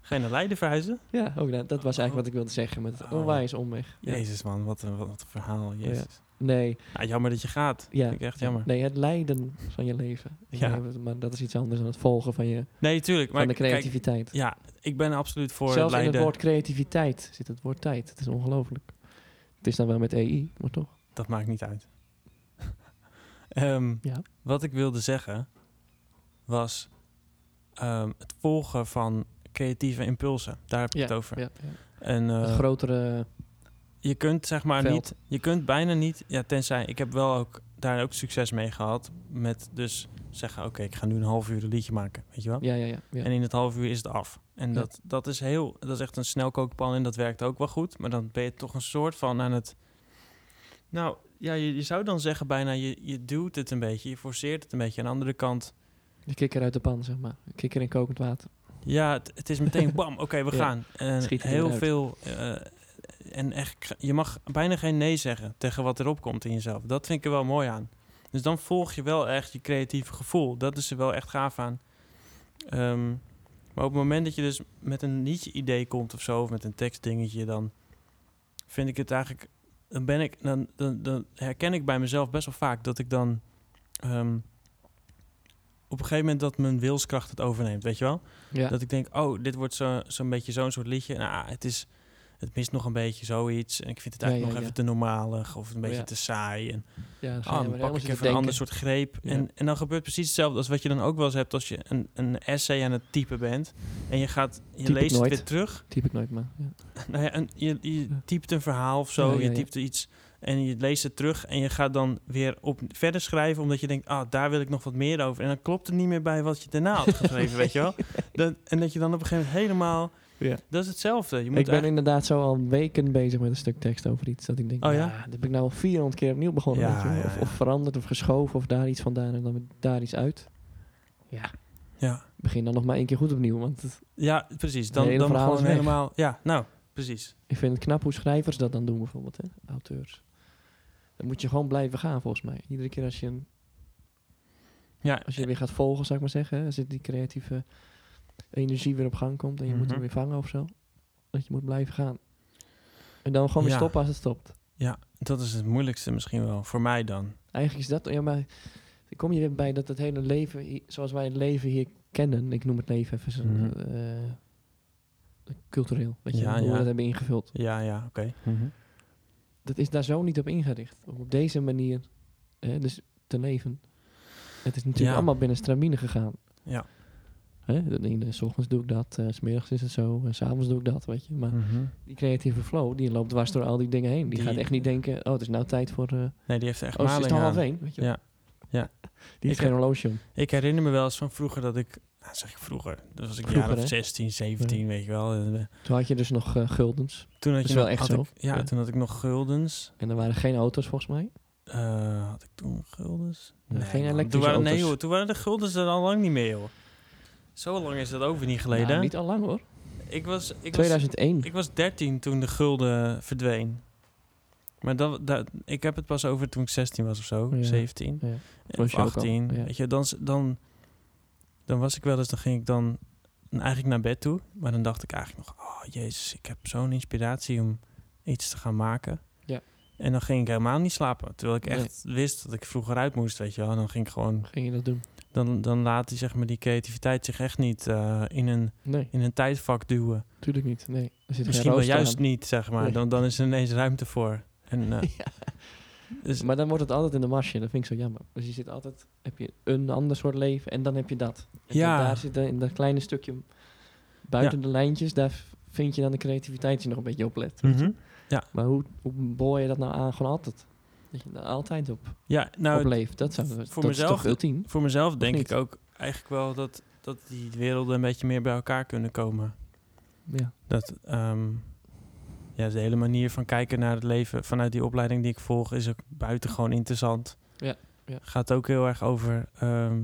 Ga je naar Leiden verhuizen?
ja ook, nou, dat was eigenlijk wat ik wilde zeggen met het
Oh.
onwijs omweg. Ja.
Jezus, man. Wat een, wat een verhaal. Jezus.
Nee,
Nou, jammer dat je gaat.
ja.
Vind ik echt jammer.
Nee, het lijden van je leven.
Ja.
Ja. Maar dat is iets anders dan het volgen van, je,
Nee, tuurlijk. Maar
van de
kijk,
creativiteit.
ja, ik ben absoluut voor
Zelfs in
Leiden.
het woord creativiteit zit het woord tijd. Het is ongelooflijk. Het is dan wel met EI, maar toch.
Dat maakt niet uit. Ehm,
Ja.
Wat ik wilde zeggen was ehm, het volgen van creatieve impulsen. Daar heb je het over.
Ja, ja.
En
Het
eh,
grotere...
je kunt zeg maar
veld.
niet, je kunt bijna niet, ja, tenzij ik heb wel ook daar ook succes mee gehad met dus zeggen, oké, ik ga nu een half uur een liedje maken, weet je wel?
Ja, ja, ja. ja.
En in het half uur is het af. En
Ja.
dat, dat is heel, dat is echt een snelkookpan en dat werkt ook wel goed. Maar dan ben je toch een soort van aan het. Nou ja, je, je zou dan zeggen bijna, je, je duwt het een beetje, je forceert het een beetje. Aan de andere kant,
De kikker uit de pan, zeg maar. De kikker in kokend water.
ja, het, het is meteen bam, oké, we
Ja.
gaan. En
Schiet het
heel
eruit.
veel. eh, en echt, je mag bijna geen nee zeggen tegen wat erop komt in jezelf. Dat vind ik er wel mooi aan. Dus dan volg je wel echt je creatieve gevoel. Dat is er wel echt gaaf aan. Ehm, maar op het moment dat je dus met een liedje-idee komt of zo, of met een tekstdingetje, dan vind ik het eigenlijk. Dan, ben ik, dan, dan, dan herken ik bij mezelf best wel vaak dat ik dan. ehm, op een gegeven moment dat mijn wilskracht het overneemt, weet je wel?
Ja.
Dat ik denk, oh, dit wordt zo- zo'n beetje zo'n soort liedje. Nou, het, is, het mist nog een beetje zoiets. En ik vind het
Ja,
eigenlijk nog
ja, ja.
even te normalig of een beetje
Ja.
te saai. En
ja, dan ga je
ah,
maar
dan pak ik
helemaal zitten
even een ander
denken.
soort greep.
Ja.
En, en dan gebeurt precies hetzelfde als wat je dan ook wel eens hebt als je een, een essay aan het typen bent. En je, gaat, je
Typ het
leest het
nooit.
weer terug.
Typ ik nooit, maar... Ja.
Nou ja, en je, je
Ja.
typt een verhaal of zo.
Ja, ja,
je
ja.
typt iets en je leest het terug. En je gaat dan weer op verder schrijven omdat je denkt, ah, daar wil ik nog wat meer over. En dan klopt het niet meer bij wat je daarna had geschreven, weet je wel. Dat, en dat je dan op een gegeven moment helemaal...
Ja.
Dat is hetzelfde. Je moet
Ik ben
eigenlijk-
inderdaad zo al weken bezig met een stuk tekst over iets. Dat ik denk,
Oh
oh,
ja?
ja? dat heb ik nou al 400 keer opnieuw begonnen.
Ja,
weet je wel.
ja,
of,
ja.
of veranderd of geschoven of daar iets vandaan en dan weer daar iets uit. Ja.
Ja.
Begin dan nog maar één keer goed opnieuw. Want het-
ja, precies. Dan,
Het hele
dan
verhaal
gewoon
is weg.
helemaal... Ja, nou, precies.
ik vind het knap hoe schrijvers dat dan doen bijvoorbeeld, hè? auteurs. Dan moet je gewoon blijven gaan volgens mij. Iedere keer als je, een-
Ja,
als je weer gaat volgen, zou ik maar zeggen. hè, Als het die creatieve energie weer op gang komt en je moet
Mhm.
hem weer vangen of zo. Dat je moet blijven gaan. En dan gewoon weer
Ja.
stoppen als het stopt.
dat is het moeilijkste misschien wel. Voor mij dan.
Eigenlijk is dat, ja, maar dan kom je weer bij dat het hele leven, hi- zoals wij het leven hier kennen, ik noem het leven even zo,
Mhm.
eh, cultureel, weet je,
Ja,
hoe
ja.
we dat hebben ingevuld.
Ja, ja, oké.
Dat is daar zo niet op ingericht, om op deze manier hè, dus te leven. Het is natuurlijk
Ja.
allemaal binnen stramine gegaan.
Ja.
Hè, dat in de 's ochtends doe ik dat, eh, 's smiddags is het zo, en s'avonds doe ik dat, weet je. Maar
Mhm.
die creatieve flow, die loopt dwars door al die dingen heen. Die,
Die-
gaat echt niet denken, oh, het is nou tijd voor, eh
Nee, die heeft er echt
oh, het is
maling
nou half
aan.
één, weet je.
Ja. Ja.
Die
Ik
heeft geen horloge om.
Ik herinner me wel eens van vroeger dat ik... Nou, zeg ik vroeger. Dat was ik een jaar
Vroeger,
of
hè?
16, 17, weet je wel. En, eh,
Toen had je dus nog eh, guldens.
Toen had
Dat
je
is wel
nog-
echt
had
zo.
ik- ja,
Ja.
toen had ik nog guldens.
En er waren geen auto's volgens mij.
Eh, had ik toen guldens?
Ja, geen
man.
elektrische
toen waren, Nee
auto's.
hoor, toen waren de guldens er al lang niet meer joh. Zo lang is dat ook weer niet geleden.
Nou, niet al lang hoor.
ik, was, ik, was,
2001.
ik was 13 toen de gulden verdween. Maar dat, dat, ik heb het pas over toen ik 16 was of zo,
Ja.
17.
Ja. Was
Of
je ook al,
18.
ja.
Weet je, dan, s- dan, dan was ik wel eens, dan ging ik dan eigenlijk naar bed toe. Maar dan dacht ik eigenlijk nog, oh jezus, ik heb zo'n inspiratie om iets te gaan maken.
Ja.
En dan ging ik helemaal niet slapen. Terwijl ik
Nee.
echt wist dat ik vroeger uit moest, weet je wel. En dan ging ik gewoon,
Ging je dat doen?
dan, dan laat die, zeg maar, die creativiteit zich echt niet eh, in, een,
Nee,
in een tijdvak duwen.
natuurlijk niet. Nee. Er
Misschien
zit
wel
geen rooster
juist
aan.
niet, zeg maar.
Nee.
Dan, dan is er ineens ruimte voor. En, eh,
Ja.
dus,
Maar dan wordt het altijd in de marge. Dat vind ik zo jammer. Dus je zit altijd, heb je een ander soort leven en dan heb je dat. En
Ja.
dan daar zit dan in dat kleine stukje buiten de lijntjes, daar v- vind je dan de creativiteit die nog een beetje op let. weet je.
Mhm.
Maar hoe, hoe boor je dat nou aan? Gewoon altijd. Dat je daar altijd op,
Ja, nou,
op leeft. Dat, zou,
voor
dat
mezelf-
is toch ultiem?
Voor mezelf denk
niet?
ik ook eigenlijk wel dat, dat die werelden een beetje meer bij elkaar kunnen komen.
Ja.
Dat ehm, ja, de hele manier van kijken naar het leven vanuit die opleiding die ik volg is ook buitengewoon interessant.
Ja, ja.
Gaat ook heel erg over ehm,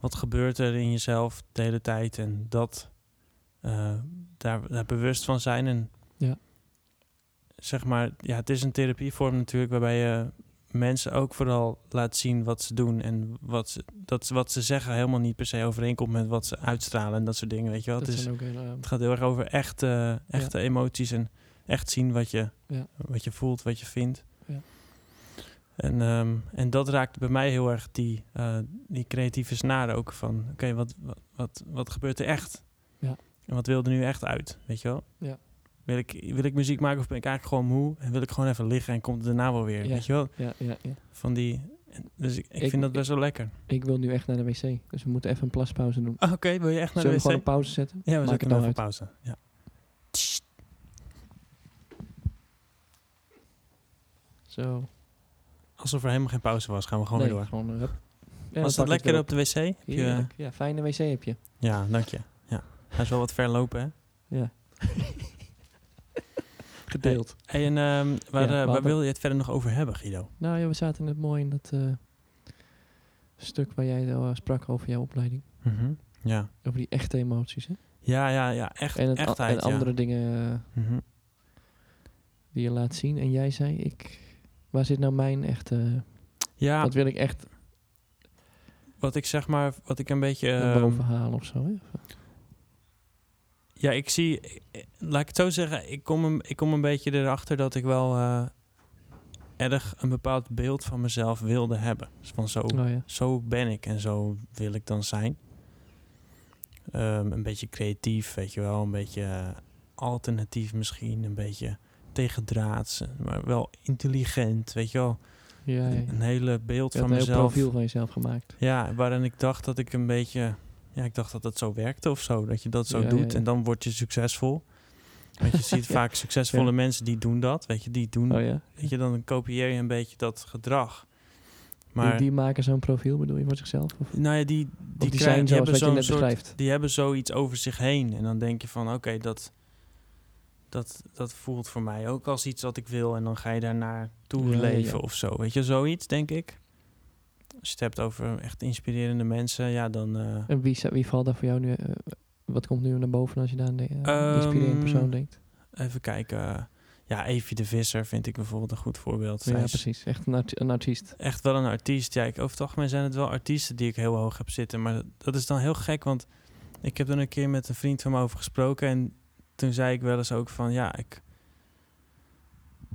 wat gebeurt er in jezelf de hele tijd en dat eh, daar, daar bewust van zijn. En
Ja.
zeg maar, ja, het is een therapievorm natuurlijk waarbij je mensen ook vooral laat zien wat ze doen en wat ze, dat ze- wat ze zeggen helemaal niet per se overeenkomt met wat ze uitstralen en dat soort dingen. Weet je wel,
Dat,
het, is,
zijn ook hele, eh,
het gaat heel erg over echte, echte emoties en echt zien wat je,
Ja.
wat je voelt, wat je vindt.
Ja.
En, ehm, en dat raakt bij mij heel erg die, eh, die creatieve snaar ook van, oké, wat, wat, wat, wat gebeurt er echt?
Ja.
En wat wil er nu echt uit, weet je wel?
Ja.
Wil ik, wil ik muziek maken of ben ik eigenlijk gewoon moe? En wil ik gewoon even liggen en komt het daarna wel weer,
Ja.
weet je wel?
ja, ja, ja.
Van die... en- Dus ik, ik,
Ik-
vind dat best wel lekker.
Ik wil nu echt naar de wc, dus we moeten even een plaspauze doen.
Ah, Oké, wil je echt naar
Zullen we
de wc?
gewoon een pauze zetten?
Ja, we
Maak
zetten
het
hem
nou
even pauze. Ja. Tssst.
Zo.
Alsof er helemaal geen pauze was, gaan we gewoon
nee,
weer door.
Gewoon, eh, hup. Ja,
was dat
dan pak ik het
lekker
weer
op de wc? Heb je-
Heerlijk. Ja, fijne wc heb je.
Ja, dank je. Ja. Hij is wel wat ver lopen, hè?
Ja. Gedeeld.
Hey, en ehm, waar,
Ja,
eh, waar
water.
wil je het verder nog over hebben, Guido?
Nou ja, we zaten net mooi in dat eh, stuk waar jij eh, sprak over jouw opleiding.
Ja.
Over die echte emoties, hè?
Ja, ja, ja. Echt,
En, het a-
echtheid,
en andere dingen eh,
ja. Mhm.
die je laat zien. En jij zei, ik, waar zit nou mijn echte...
Ja,
Wat wil ik echt
wat ik zeg maar, wat ik een beetje...
naar
ehm,
boven halen of zo, hè?
Ja, ik zie, eh, laat ik het zo zeggen, ik kom een, ik kom een beetje erachter dat ik wel eh, erg een bepaald beeld van mezelf wilde hebben. Dus van zo,
Oh ja.
zo ben ik en zo wil ik dan zijn. Ehm, een beetje creatief, weet je wel. Een beetje eh, alternatief misschien. Een beetje tegendraads. eh, Maar wel intelligent, weet je wel.
Ja, ja.
Een, een hele beeld
Je
van
hebt een heel
mezelf.
profiel van jezelf gemaakt.
Ja, waarin ik dacht dat ik een beetje... Ja, ik dacht dat dat zo werkte of zo. Dat je dat zo
Ja, ja,
doet
ja.
en dan word je succesvol. Want je ziet
Ja.
vaak succesvolle
Ja.
mensen die doen dat. Weet je, die doen...
Oh ja?
Weet je, dan kopieer je een beetje dat gedrag. Maar...
Die, die maken zo'n profiel, bedoel je, voor zichzelf? Of, of
Nou ja, die,
die,
die, krijgen,
zijn
die
zoals
hebben
wat je
zo'n
net
soort
beschrijft?
die hebben zoiets over zich heen. En dan denk je van, oké, dat, dat, dat voelt voor mij ook als iets wat ik wil. En dan ga je daarnaar toe
Ja, ja,
leven
ja.
of zo. Weet je, zoiets, denk ik. Als je het hebt over echt inspirerende mensen, ja, dan... eh,
En wie, zou- wie valt daar voor jou nu... eh, wat komt nu naar boven als je daar aan de aan een inspirerend
Ehm,
persoon denkt?
even kijken. Ja, Evie de Visser vind ik bijvoorbeeld een goed voorbeeld.
Ja,
Zij is
precies. Echt een, arti- een artiest.
echt wel een artiest. Ja, ik, over het algemeen zijn het wel artiesten die ik heel hoog heb zitten. Maar dat, dat is dan heel gek, want ik heb er een keer met een vriend van me over gesproken. En toen zei ik wel eens ook van, ja, ik,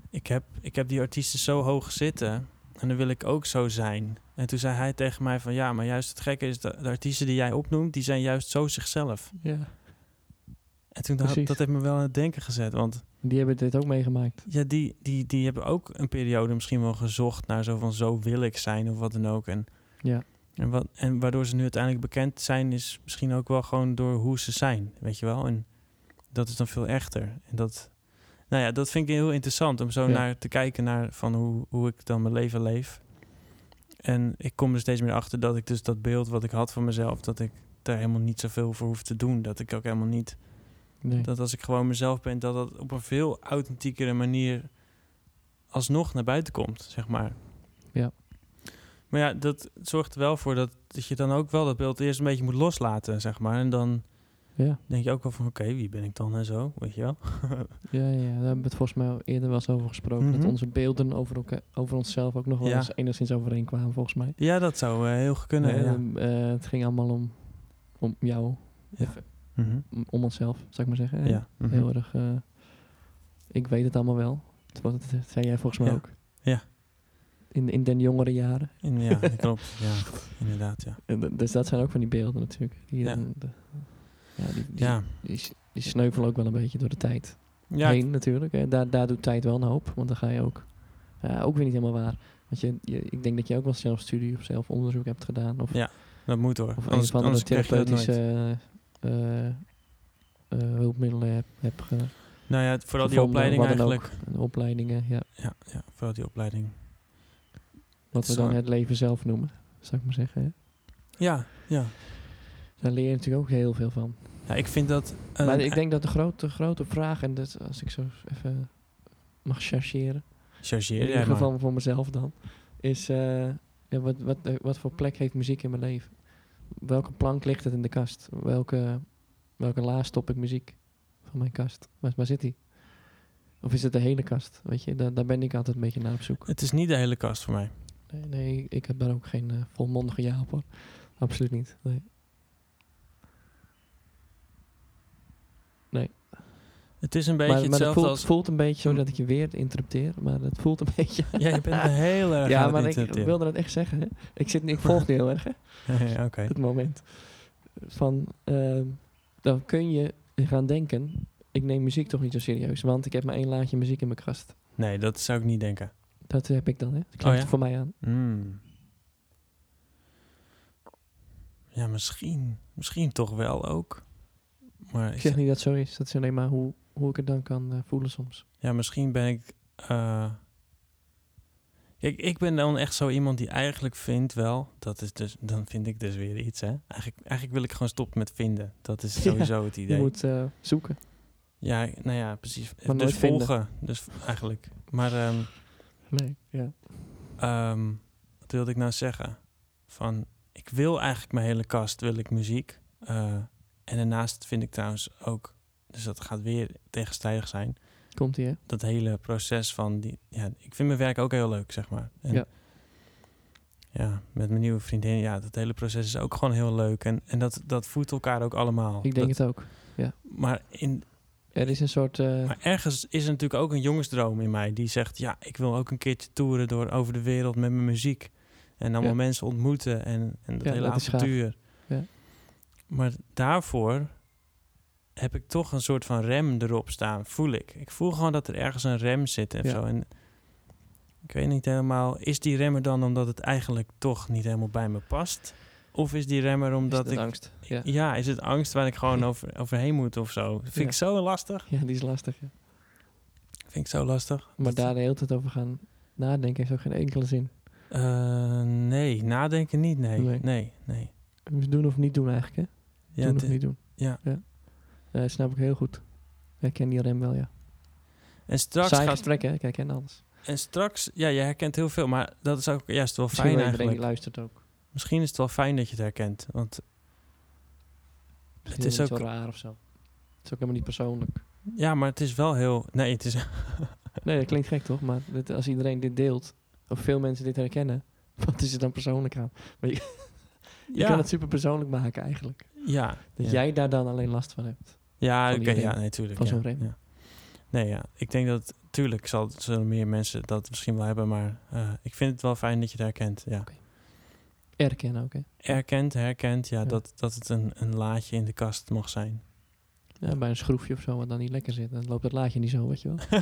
ik, heb, ik heb die artiesten zo hoog zitten. En dan wil ik ook zo zijn. En toen zei hij tegen mij van, ja, maar juist het gekke is... dat de artiesten die jij opnoemt, die zijn juist zo zichzelf.
Ja.
En toen dacht
Precies.
dat heeft me wel aan het denken gezet. Want
Die hebben dit ook meegemaakt.
ja, die, die, die hebben ook een periode misschien wel gezocht naar zo van zo wil ik zijn of wat dan ook. En,
Ja.
en, wat, en waardoor ze nu uiteindelijk bekend zijn, is misschien ook wel gewoon door hoe ze zijn, weet je wel. En dat is dan veel echter. En dat, nou ja, dat vind ik heel interessant om zo
Ja.
naar te kijken naar van hoe, hoe ik dan mijn leven leef. En ik kom er steeds meer achter dat ik dus dat beeld wat ik had van mezelf, dat ik daar helemaal niet zoveel voor hoef te doen. Dat ik ook helemaal niet
Nee.
dat als ik gewoon mezelf ben, dat dat op een veel authentiekere manier alsnog naar buiten komt, zeg maar.
Ja.
Maar ja, dat zorgt er wel voor dat, dat je dan ook wel dat beeld eerst een beetje moet loslaten, zeg maar. En dan
Ja.
denk je ook wel van, oké, wie ben ik dan en zo, weet je wel?
Ja, ja, daar hebben we het volgens mij al eerder wel eens over gesproken.
Mhm.
Dat onze beelden over, elkaar, over onszelf ook nog wel
Ja.
eens enigszins overeenkwamen, volgens mij.
Ja, dat zou eh, heel goed kunnen, ja.
Ehm, eh, het ging allemaal om, om jou,
Ja. Mhm.
om- om onszelf, zou ik maar zeggen. En
Ja. Mhm.
eh, Heel erg, eh, ik weet het allemaal wel. Het was- Dat, zei jij volgens mij
Ja.
ook.
Ja.
In, in den jongere jaren.
In- ja, dat klopt. Ja, inderdaad, ja.
En d- Dus dat zijn ook van die beelden natuurlijk. Die,
Ja.
dan de- ja, die, die,
Ja,
die, die sneuvelen ook wel een beetje door de tijd.
ja ik-
heen natuurlijk. Hè. Daar, daar doet tijd wel een hoop. Want dan ga je ook... Ja, ook weer niet helemaal waar. Want je, je, ik denk dat je ook wel zelf studie of zelf onderzoek hebt gedaan. Of,
Ja, dat moet hoor.
of een
anders,
of andere
anders krijg je dat nooit.
therapeutische eh, eh, eh, hulpmiddelen hebt heb ge-
Nou ja, vooral die
gevonden,
opleiding
wat dan ook.
eigenlijk.
En Opleidingen, ja.
Ja, ja, vooral die opleiding.
Wat we
is
dan
gewoon-
het leven zelf noemen, zou ik maar zeggen. Hè.
Ja, ja.
Daar leer je natuurlijk ook heel veel van.
Ja, ik vind dat. een-
maar ik denk dat de grote, grote vraag, en dat, als ik zo even mag chargeren...
Chargeer
In
jij
ieder
maar.
geval voor mezelf dan. Is eh, ja, wat, wat, eh, wat voor plek heeft muziek in mijn leven? welke plank ligt het in de kast? Welke, welke la stop ik muziek van mijn kast? Waar, waar zit die? Of is het de hele kast? Weet je, daar, daar ben ik altijd een beetje naar op zoek.
Het is niet de hele kast voor mij.
Nee, nee ik heb daar ook geen eh, volmondige ja op hoor. Absoluut niet. Nee.
Het is een beetje
Maar, maar het
hetzelfde
voelt,
als... Hm.
voelt een beetje, sorry dat ik je weer interrupteer, maar het voelt een beetje...
Ja, je bent heel erg aan
ja,
het
maar ik
interpreteren.
wilde dat echt zeggen. Hè. Ik, zit, nu- ik volg nu heel erg hè,
Ja, Oké.
het moment. Van, ehm, dan kun je gaan denken, ik neem muziek toch niet zo serieus, want ik heb maar één laadje muziek in mijn kast.
Nee, dat zou ik niet denken.
Dat heb ik dan, hè. Dat klinkt
Oh ja?
voor mij aan.
Hmm. Ja, misschien. Misschien toch wel ook. Maar
Ik
ik
zeg niet dat het zo is, dat is alleen maar hoe, hoe ik het dan kan eh, voelen soms.
Ja, misschien ben ik. eh, Kijk, ik ben dan echt zo iemand die eigenlijk vindt wel. Dat is dus, dan vind ik dus weer iets, hè? Eigenlijk, eigenlijk wil ik gewoon stoppen met vinden. Dat is
Ja,
sowieso het idee.
Je moet eh, zoeken.
Ja, nou ja, precies.
Maar
dus
nooit vinden.
volgen. Dus eigenlijk. Maar ehm,
Nee, ja.
ehm, wat wilde ik nou zeggen? Van, ik wil eigenlijk mijn hele kast, wil ik muziek. Eh, en daarnaast vind ik trouwens ook, dus dat gaat weer tegenstrijdig zijn.
Komt ie, hè?
dat hele proces van die. Ja, ik vind mijn werk ook heel leuk, zeg maar. En
Ja.
Ja, met mijn nieuwe vriendin. Ja, dat hele proces is ook gewoon heel leuk. En, en dat, dat voedt elkaar ook allemaal.
Ik denk het ook.
Dat- maar, in,
Er is een soort... eh,
maar ergens is er natuurlijk ook een jongensdroom in mij die zegt: Ja, ik wil ook een keertje toeren door over de wereld met mijn muziek. En allemaal
Ja.
mensen ontmoeten en, en dat
Ja,
hele
dat is gaaf.
avontuur.
Ja.
Maar daarvoor heb ik toch een soort van rem erop staan, voel ik. Ik voel gewoon dat er ergens een rem zit en
Ja.
zo. En ik weet niet helemaal, is die rem er dan omdat het eigenlijk toch niet helemaal bij me past? Of is die rem er
is
omdat
het een
ik...
angst. Ja.
Ja, is het angst waar ik gewoon over, overheen moet of zo? Vind
Ja.
ik zo lastig.
ja, die is lastig. ja.
Vind ik zo lastig.
Maar
Dat-
daar de hele tijd over gaan nadenken heeft ook geen enkele zin.
Eh, nee, nadenken niet, nee.
Nee.
Nee, nee. nee.
Dus doen of niet doen eigenlijk, hè?
Ja,
doen
het-
of niet doen.
ja.
ja. Eh, dat snap ik heel goed. Ik ken die rem wel, ja.
En straks
Saai
gaat...
gesprek, hè? Kijk, en alles.
En straks... Ja, je herkent heel veel, maar dat is ook juist wel
Misschien
fijn
wel iedereen
eigenlijk.
die luistert ook.
Misschien is het wel fijn dat je het herkent. Want
Misschien
is
is ook
ook-
wel raar of zo. Het is ook helemaal niet persoonlijk.
ja, maar het is wel heel... Nee, het is...
Nee, dat klinkt gek, toch? Maar dit, als iedereen dit deelt, of veel mensen dit herkennen, wat is er dan persoonlijk aan? Je
ja,
kan het super persoonlijk maken eigenlijk.
ja,
Dat
ja.
jij daar dan alleen last van hebt.
Ja,
van
oké,
die rem.
ja, natuurlijk.
Van
ja,
zo'n rem.
ja. Nee, ja. Ik denk dat... Tuurlijk zal, zullen meer mensen dat misschien wel hebben, maar eh, ik vind het wel fijn dat je het herkent, ja.
Erkennen ook, hè?
Erkent, herkent, ja,
Ja.
Dat, dat het een, een laadje in de kast mag zijn.
Ja, bij een schroefje of zo, wat dan niet lekker zit. Dan loopt dat laadje niet zo, weet je wel.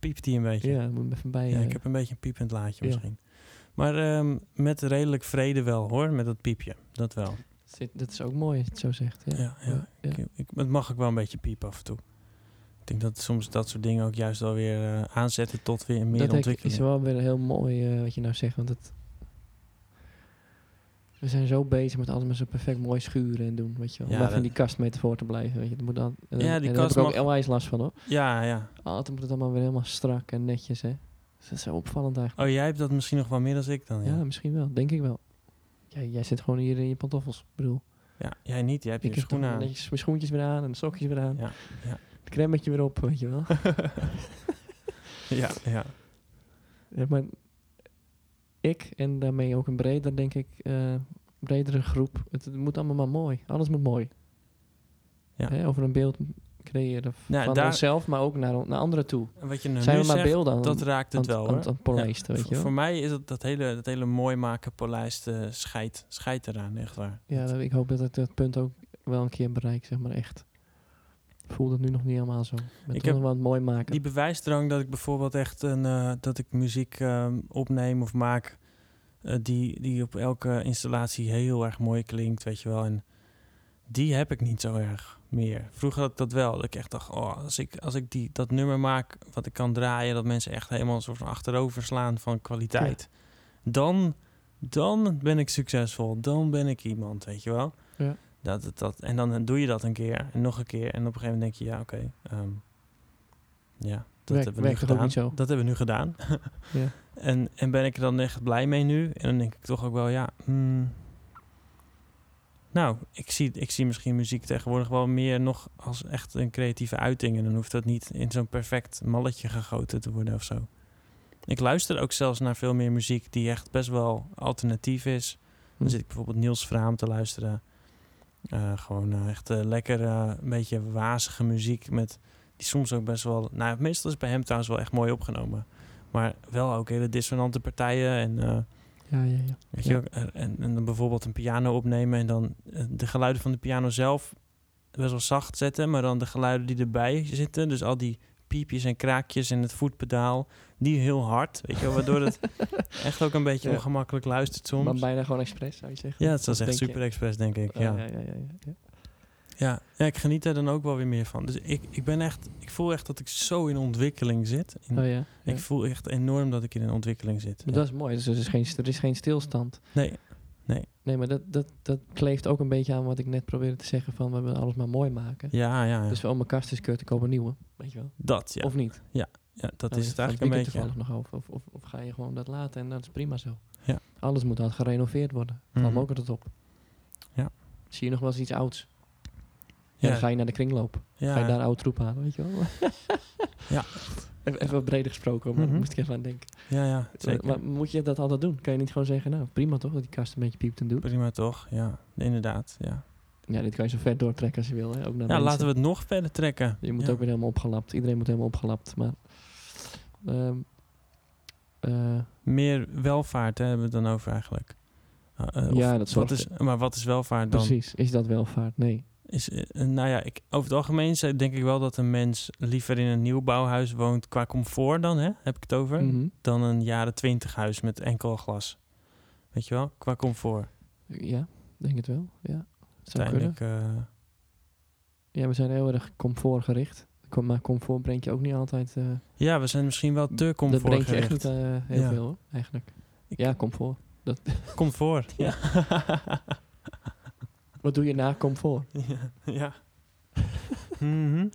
Piept die een beetje?
Ja, moet hem even bij.
Ja,
eh,
ik heb een beetje een piepend laadje
Ja.
misschien. Maar ehm, met redelijk vrede wel hoor, met dat piepje. Dat wel.
zit- dat is ook mooi als je het zo zegt. Ja.
Ja, ja.
ja.
Ik, ik- het mag ook wel een beetje piepen af en toe. Ik denk dat soms dat soort dingen ook juist wel weer eh, aanzetten tot weer meer
dat denk ik
ontwikkeling.
is wel weer heel mooi eh, wat je nou zegt. Want het, we zijn zo bezig met alles maar zo perfect mooi schuren en doen. Weet je wel.
Ja,
Om even in
dat-
die kast mee te voor te blijven. Weet je. Dat moet dan, en dan-
Ja, die
en daar
kast
heb ik ook
mag-
heel wijs last van hoor.
Ja, ja.
Altijd moet het allemaal weer helemaal strak en netjes. Hè. Dus dat is zo opvallend eigenlijk.
Oh, jij hebt dat misschien nog wel meer dan ik dan. Ja,
Ja,
ja.
misschien wel. Denk ik wel. Jij, jij zit gewoon hier in je pantoffels. Ik bedoel,
jij niet. Jij hebt
ik
je
heb toch
schoenen aan.
netjes mijn schoentjes weer aan en de sokjes weer aan.
Ja, ja.
Het cremmetje weer op, weet je wel.
Ja, ja.
Ja, maar ik en daarmee ook een breder, denk ik, eh, bredere groep. Het, het moet allemaal maar mooi. Alles moet mooi.
Ja.
Hè, over een beeld creëren v-
Nou,
van
daar-
onszelf, maar ook naar, on- naar anderen toe.
En wat je nou
Zijn
nu
we maar
zegt,
beelden aan
dat raakt het
aan-
wel
aan-
hoor.
aan het polijsten, weet
voor,
je wel.
voor mij is dat, dat, hele, dat hele mooi maken, polijsten, scheid, scheid eraan, echt waar.
Ja, dat- ik hoop dat ik dat punt ook wel een keer bereik, zeg maar echt. Ik voel dat nu nog niet helemaal zo. Ik
Ik
ben toch
heb
nog wel aan het mooi maken.
Die bewijsdrang dat ik bijvoorbeeld echt een, eh, dat ik muziek ehm, opneem of maak, eh, die, die op elke installatie heel erg mooi klinkt, weet je wel. En die heb ik niet zo erg meer. Vroeger had ik dat wel. Dat ik echt dacht, oh, als ik, als ik die, dat nummer maak wat ik kan draaien, dat mensen echt helemaal een soort van achterover slaan van kwaliteit. Dan, dan ben ik succesvol. Dan ben ik iemand, weet je wel.
Ja.
Dat, dat, dat, en dan doe je dat een keer en nog een keer. En op een gegeven moment denk je, ja, oké. ehm, ja, dat
Werkt-
hebben we nu
werkt toch ook
gedaan.
niet zo?
Dat hebben we nu gedaan.
Ja.
En, en ben ik er dan echt blij mee nu? En dan denk ik toch ook wel, ja, hmm, Nou, ik zie, ik zie misschien muziek tegenwoordig wel meer nog als echt een creatieve uiting. En dan hoeft dat niet in zo'n perfect malletje gegoten te worden of zo. Ik luister ook zelfs naar veel meer muziek die echt best wel alternatief is.
Hm.
Dan zit ik bijvoorbeeld Niels Vraam te luisteren. Eh, gewoon eh, echt eh, lekker, eh, een beetje wazige muziek met die soms ook best wel... Nou, meestal is bij hem trouwens wel echt mooi opgenomen. Maar wel ook hele dissonante partijen en... eh,
Ja, ja, ja.
Weet
Ja.
je, ook, er- en, en dan bijvoorbeeld een piano opnemen en dan eh, de geluiden van de piano zelf best wel zacht zetten, maar dan de geluiden die erbij zitten, dus al die piepjes en kraakjes en het voetpedaal, die heel hard, weet je, wel, waardoor het echt ook een beetje
Ja.
ongemakkelijk luistert
Maar
soms.
bijna gewoon expres, zou je zeggen.
Ja, het was
Of
echt
denk je-
super expres, denk ik.
Oh, ja,
Ja.
ja, ja, ja, ja.
Ja. ja, ik geniet er dan ook wel weer meer van. Dus ik, ik ben echt, ik voel echt dat ik zo in ontwikkeling zit. In-
Oh, ja. ja.
Ik voel echt enorm dat ik in een ontwikkeling zit.
Maar
Ja.
dat is mooi. Dus er is geen, er is geen stilstand.
Nee,
Nee, maar dat, dat, dat kleeft ook een beetje aan wat ik net probeerde te zeggen van we willen alles maar mooi maken.
ja, ja, ja.
Dus wel mijn kast is kut, ik koop een nieuwe. Weet je wel.
dat, ja.
Of niet?
ja dat
Nou,
is
je
het eigenlijk
gaat
een
weekend
beetje. ja.
toevallig nog over. Of, of, of ga je gewoon dat laten en dat is prima zo.
Ja.
Alles moet dan gerenoveerd worden. Valt
Mhm.
me ook altijd op.
Ja.
Zie je nog wel eens iets ouds? Ja. Dan ga je naar de kringloop.
Ja,
Ga je daar oude troep halen, weet je wel?
Ja.
Even, even wat breder gesproken, maar
Mhm.
daar moest ik even aan denken.
ja, ja zeker.
Eh, Maar moet je dat altijd doen? Kan je niet gewoon zeggen, nou prima toch, dat die kast een beetje piept en doet.
Prima toch? Ja, inderdaad. Ja,
Ja, dit kan je zo ver doortrekken als je wil. Hè? Ook naar
ja
mensen.
laten we het nog verder trekken.
Je moet
ja.
ook weer helemaal opgelapt. Iedereen moet helemaal opgelapt. Maar, ehm, eh,
Meer welvaart hè, hebben we het dan over eigenlijk. Eh, eh, of
Ja, dat
wat
zorgt-
is, Maar wat is welvaart dan?
precies, is dat welvaart? Nee.
Is, eh, nou ja, ik, over het algemeen ze- denk ik wel dat een mens liever in een nieuw bouwhuis woont qua comfort dan, hè, heb ik het over,
Mhm.
dan een jaren twintig huis met enkel glas. Weet je wel, qua comfort.
Ja, denk het wel. Ja, zou kunnen.
Uiteindelijk, eh,
Ja, we zijn heel erg comfortgericht. Kom- Maar comfort brengt je ook niet altijd... eh
ja, we zijn misschien wel te
dat brengt je
comfortgericht.
echt niet eh, heel
Ja.
veel, hoor, eigenlijk.
Ik-
Ja, comfort.
Comfort, ja.
Wat doe je na comfort?
ja. ja. Mhm.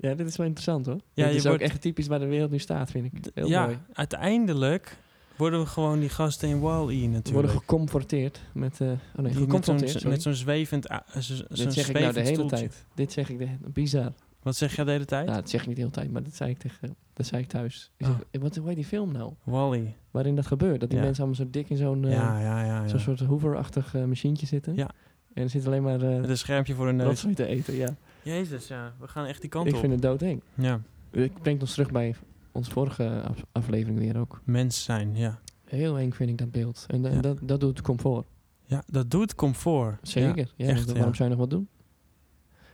Ja, dit is wel interessant, hoor.
Ja,
dit
je
is ook
wordt-
echt typisch waar de wereld nu staat, vind ik. Heel
ja,
mooi.
uiteindelijk worden we gewoon die gasten in Wall-E
We
natuurlijk.
worden geconfronteerd met... eh oh nee,
Die met zo'n-
geconfronteerd, sorry.
met zo'n zwevend a- eh, zo- zo'n
Dit zeg ik nou
zwevend
de hele
stoeltje.
tijd. Dit zeg ik de Bizar.
Wat zeg jij de hele tijd?
Nou, dat zeg ik niet de hele tijd, maar dat zei ik, tegen, dat zei ik thuis. Ik
Oh.
zeg, wat, hoe heet die film nou?
Wall-E.
Waarin dat gebeurt. Dat die
Ja.
mensen allemaal zo dik in zo'n eh,
ja, ja, ja. ja.
zo'n soort hoover-achtig eh, machientje zitten.
Ja.
En er zit alleen maar
Met
eh
een schermpje voor de neus.
rotzooi te eten. Ja.
Jezus, ja. We gaan echt die kant
Ik
op.
vind het doodeng.
Ja,
Het brengt ons terug bij onze vorige af- aflevering weer ook.
mens zijn, ja.
Heel eng vind ik dat beeld. En, da-
Ja.
dat, dat doet comfort.
Ja, dat doet comfort. Ja.
Zeker. Ja,
echt,
want
ja.
waarom zou je nog wat doen?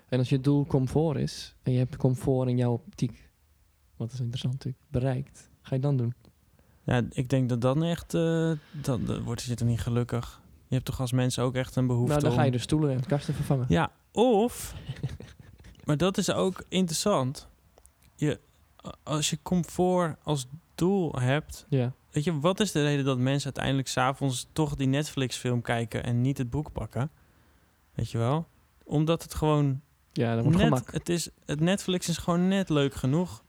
En als je doel comfort is, en je hebt comfort in jouw optiek, wat is interessant natuurlijk, bereikt, ga je dan doen?
Ja, ik denk dat dan echt... eh, dan eh, wordt je er niet gelukkig. Je hebt toch als mensen ook echt een behoefte
Nou, dan ga je
om-
de stoelen en kasten vervangen.
Ja, of, maar dat is ook interessant. Je, a- als je comfort als doel hebt,
Ja.
weet je, wat is de reden dat mensen uiteindelijk s'avonds toch die Netflix-film kijken en niet het boek pakken? Weet je wel? Omdat het gewoon
Ja, dat wordt
net,
gemak.
het is, het Netflix is gewoon net leuk genoeg,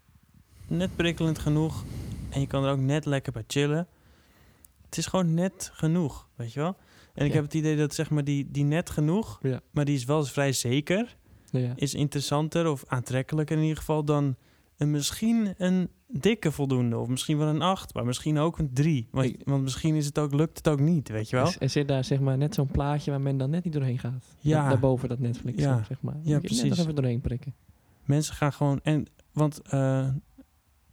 net prikkelend genoeg en je kan er ook net lekker bij chillen. Het is gewoon net genoeg, weet je wel? En ik
Ja.
heb het idee dat zeg maar die, die net genoeg,
Ja.
maar die is wel vrij zeker
Ja.
is interessanter of aantrekkelijker in ieder geval dan een, misschien een dikke voldoende. Of misschien wel een 8, maar misschien ook een 3. Want,
Ik-
want misschien is het ook, lukt het ook niet, weet je wel?
Er zit daar zeg maar net zo'n plaatje waar men dan net niet doorheen gaat.
Ja.
Da- Daarboven dat Netflix,
Ja.
zeg maar. Je moet je Net
precies.
nog even doorheen prikken.
Mensen gaan gewoon... En, want eh,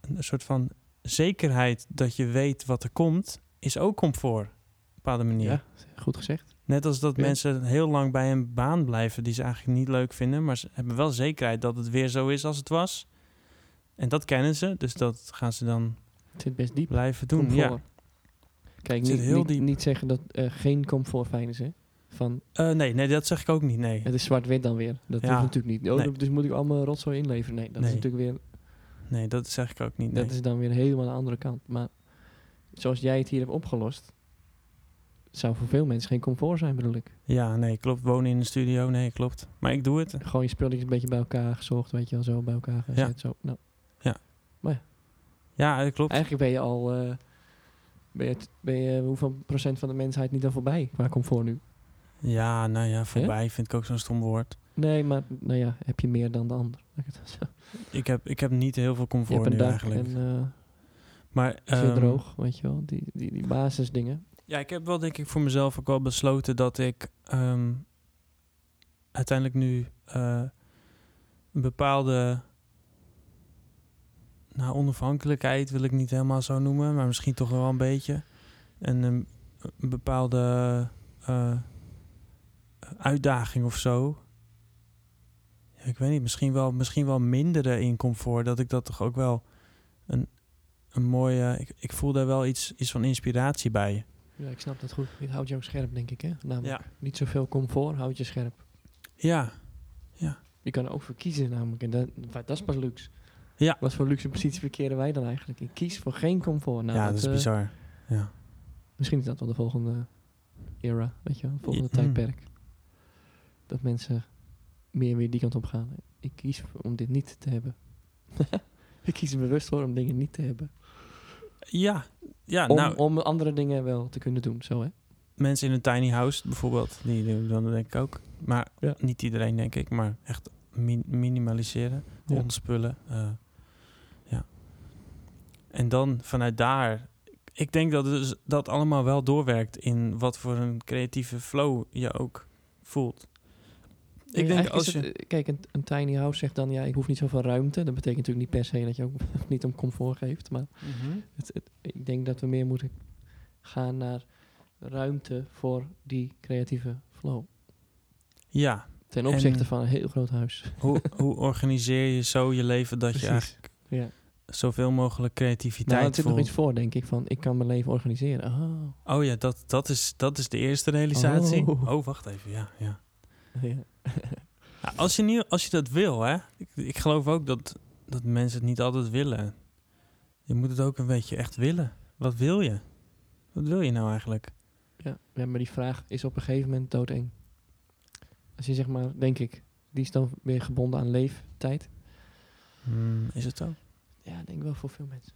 een soort van zekerheid dat je weet wat er komt, is ook comfort. Op een bepaalde manier.
Ja, goed gezegd.
Net als dat
Ja.
mensen heel lang bij een baan blijven die ze eigenlijk niet leuk vinden, maar ze hebben wel zekerheid dat het weer zo is als het was. En dat kennen ze, dus dat gaan ze dan
Het zit best diep.
blijven doen.
Comfort.
Ja.
Kijk,
Het zit
niet,
heel
niet,
diep.
niet zeggen dat eh, geen comfort fijn is, hè. Van,
Eh, nee, nee, dat zeg ik ook niet. Nee,
het is zwart-wit dan weer. Dat
Ja.
is natuurlijk niet. Oh,
Nee.
Dus moet ik allemaal rotzooi inleveren? Nee, dat
Nee.
is natuurlijk weer...
nee dat zeg ik ook niet. Nee.
Dat is dan weer helemaal de andere kant. Maar zoals jij het hier hebt opgelost, zou voor veel mensen geen comfort zijn, bedoel ik.
Ja, nee, klopt. Wonen in een studio, nee, klopt. Maar ik doe het.
Gewoon je spulletjes een beetje bij elkaar gezorgd, weet je wel, zo bij elkaar gezet. Zo. Nou,
Ja, eh, klopt.
eigenlijk ben je al, eh, ben je, ben je hoeveel procent van de mensheid niet al voorbij qua comfort nu?
Ja, nou ja, voorbij vind ik ook zo'n stom woord.
Nee, maar nou ja, heb je meer dan de ander. Laat ik het zo-
Ik heb, ik heb niet heel veel
Je
comfort
hebt een
nu
dak
eigenlijk.
en eh,
maar,
is weer
ehm,
droog, weet je wel. Die, die, die basisdingen.
Ja, ik heb wel denk ik voor mezelf ook wel besloten dat ik ehm, uiteindelijk nu eh, een bepaalde nou, onafhankelijkheid wil ik niet helemaal zo noemen, maar misschien toch wel een beetje. En een, een bepaalde eh, uitdaging of zo. Ja, ik weet niet, misschien wel, misschien wel minderen in comfort. Dat ik dat toch ook wel een, een mooie. Ik, ik voel daar wel iets, iets van inspiratie bij.
Ja, ik snap dat goed. Het houdt je ook scherp, denk ik, hè? Namelijk,
Ja.
niet zoveel comfort, houdt je scherp.
Ja,
Je kan er ook voor kiezen, namelijk. En dat, dat is pas luxe.
Ja.
Wat voor luxe positie verkeren wij dan eigenlijk? Ik kies voor geen comfort. Nou,
ja, dat is
eh,
bizar. Ja.
Misschien is dat wel de volgende era, weet je wel, het volgende
Ja. Mm.
tijdperk. Dat mensen meer weer die kant op gaan. Ik kies om dit niet te hebben. ik kies er bewust voor om dingen niet te hebben.
Ja, ja
om,
nou,
om andere dingen wel te kunnen doen, zo hè. mensen
mensen in een tiny house bijvoorbeeld, die doen dat denk ik ook. Maar
Ja.
niet iedereen denk ik, maar echt min- minimaliseren,
Ja.
ontspullen. eh, ja. En dan vanuit daar, ik denk dat dus dat allemaal wel doorwerkt in wat voor een creatieve flow je ook voelt. Ik denk
Eigenlijk
als
is
je...
het, eh, kijk, een, een tiny house zegt dan, ja, ik hoef niet zoveel ruimte. Dat betekent natuurlijk niet per se dat je ook niet om comfort geeft. Maar
Mhm.
het, het- ik denk dat we meer moeten gaan naar ruimte voor die creatieve flow.
Ja,
Ten
En-
opzichte van een heel groot huis.
hoe, hoe organiseer je zo je leven dat je
Precies.
eigenlijk
Ja.
zoveel mogelijk creativiteit
Nou, er zit nog
voelt?
iets voor, denk ik. Van ik kan mijn leven organiseren. Oh,
Oh ja, dat, dat, is, dat is de eerste realisatie. Oh, wacht even. Ja, ja.
ja.
Ja, als, je niet, als je dat wil, hè. Ik, ik geloof ook dat, dat mensen het niet altijd willen. Je moet het ook een beetje echt willen. Wat wil je? Wat wil je nou eigenlijk?
Ja. ja, maar die vraag is op een gegeven moment doodeng. Als je zeg maar, denk ik, die is dan weer gebonden aan leeftijd.
Hmm, is het zo?
Ja, ik denk wel voor veel mensen.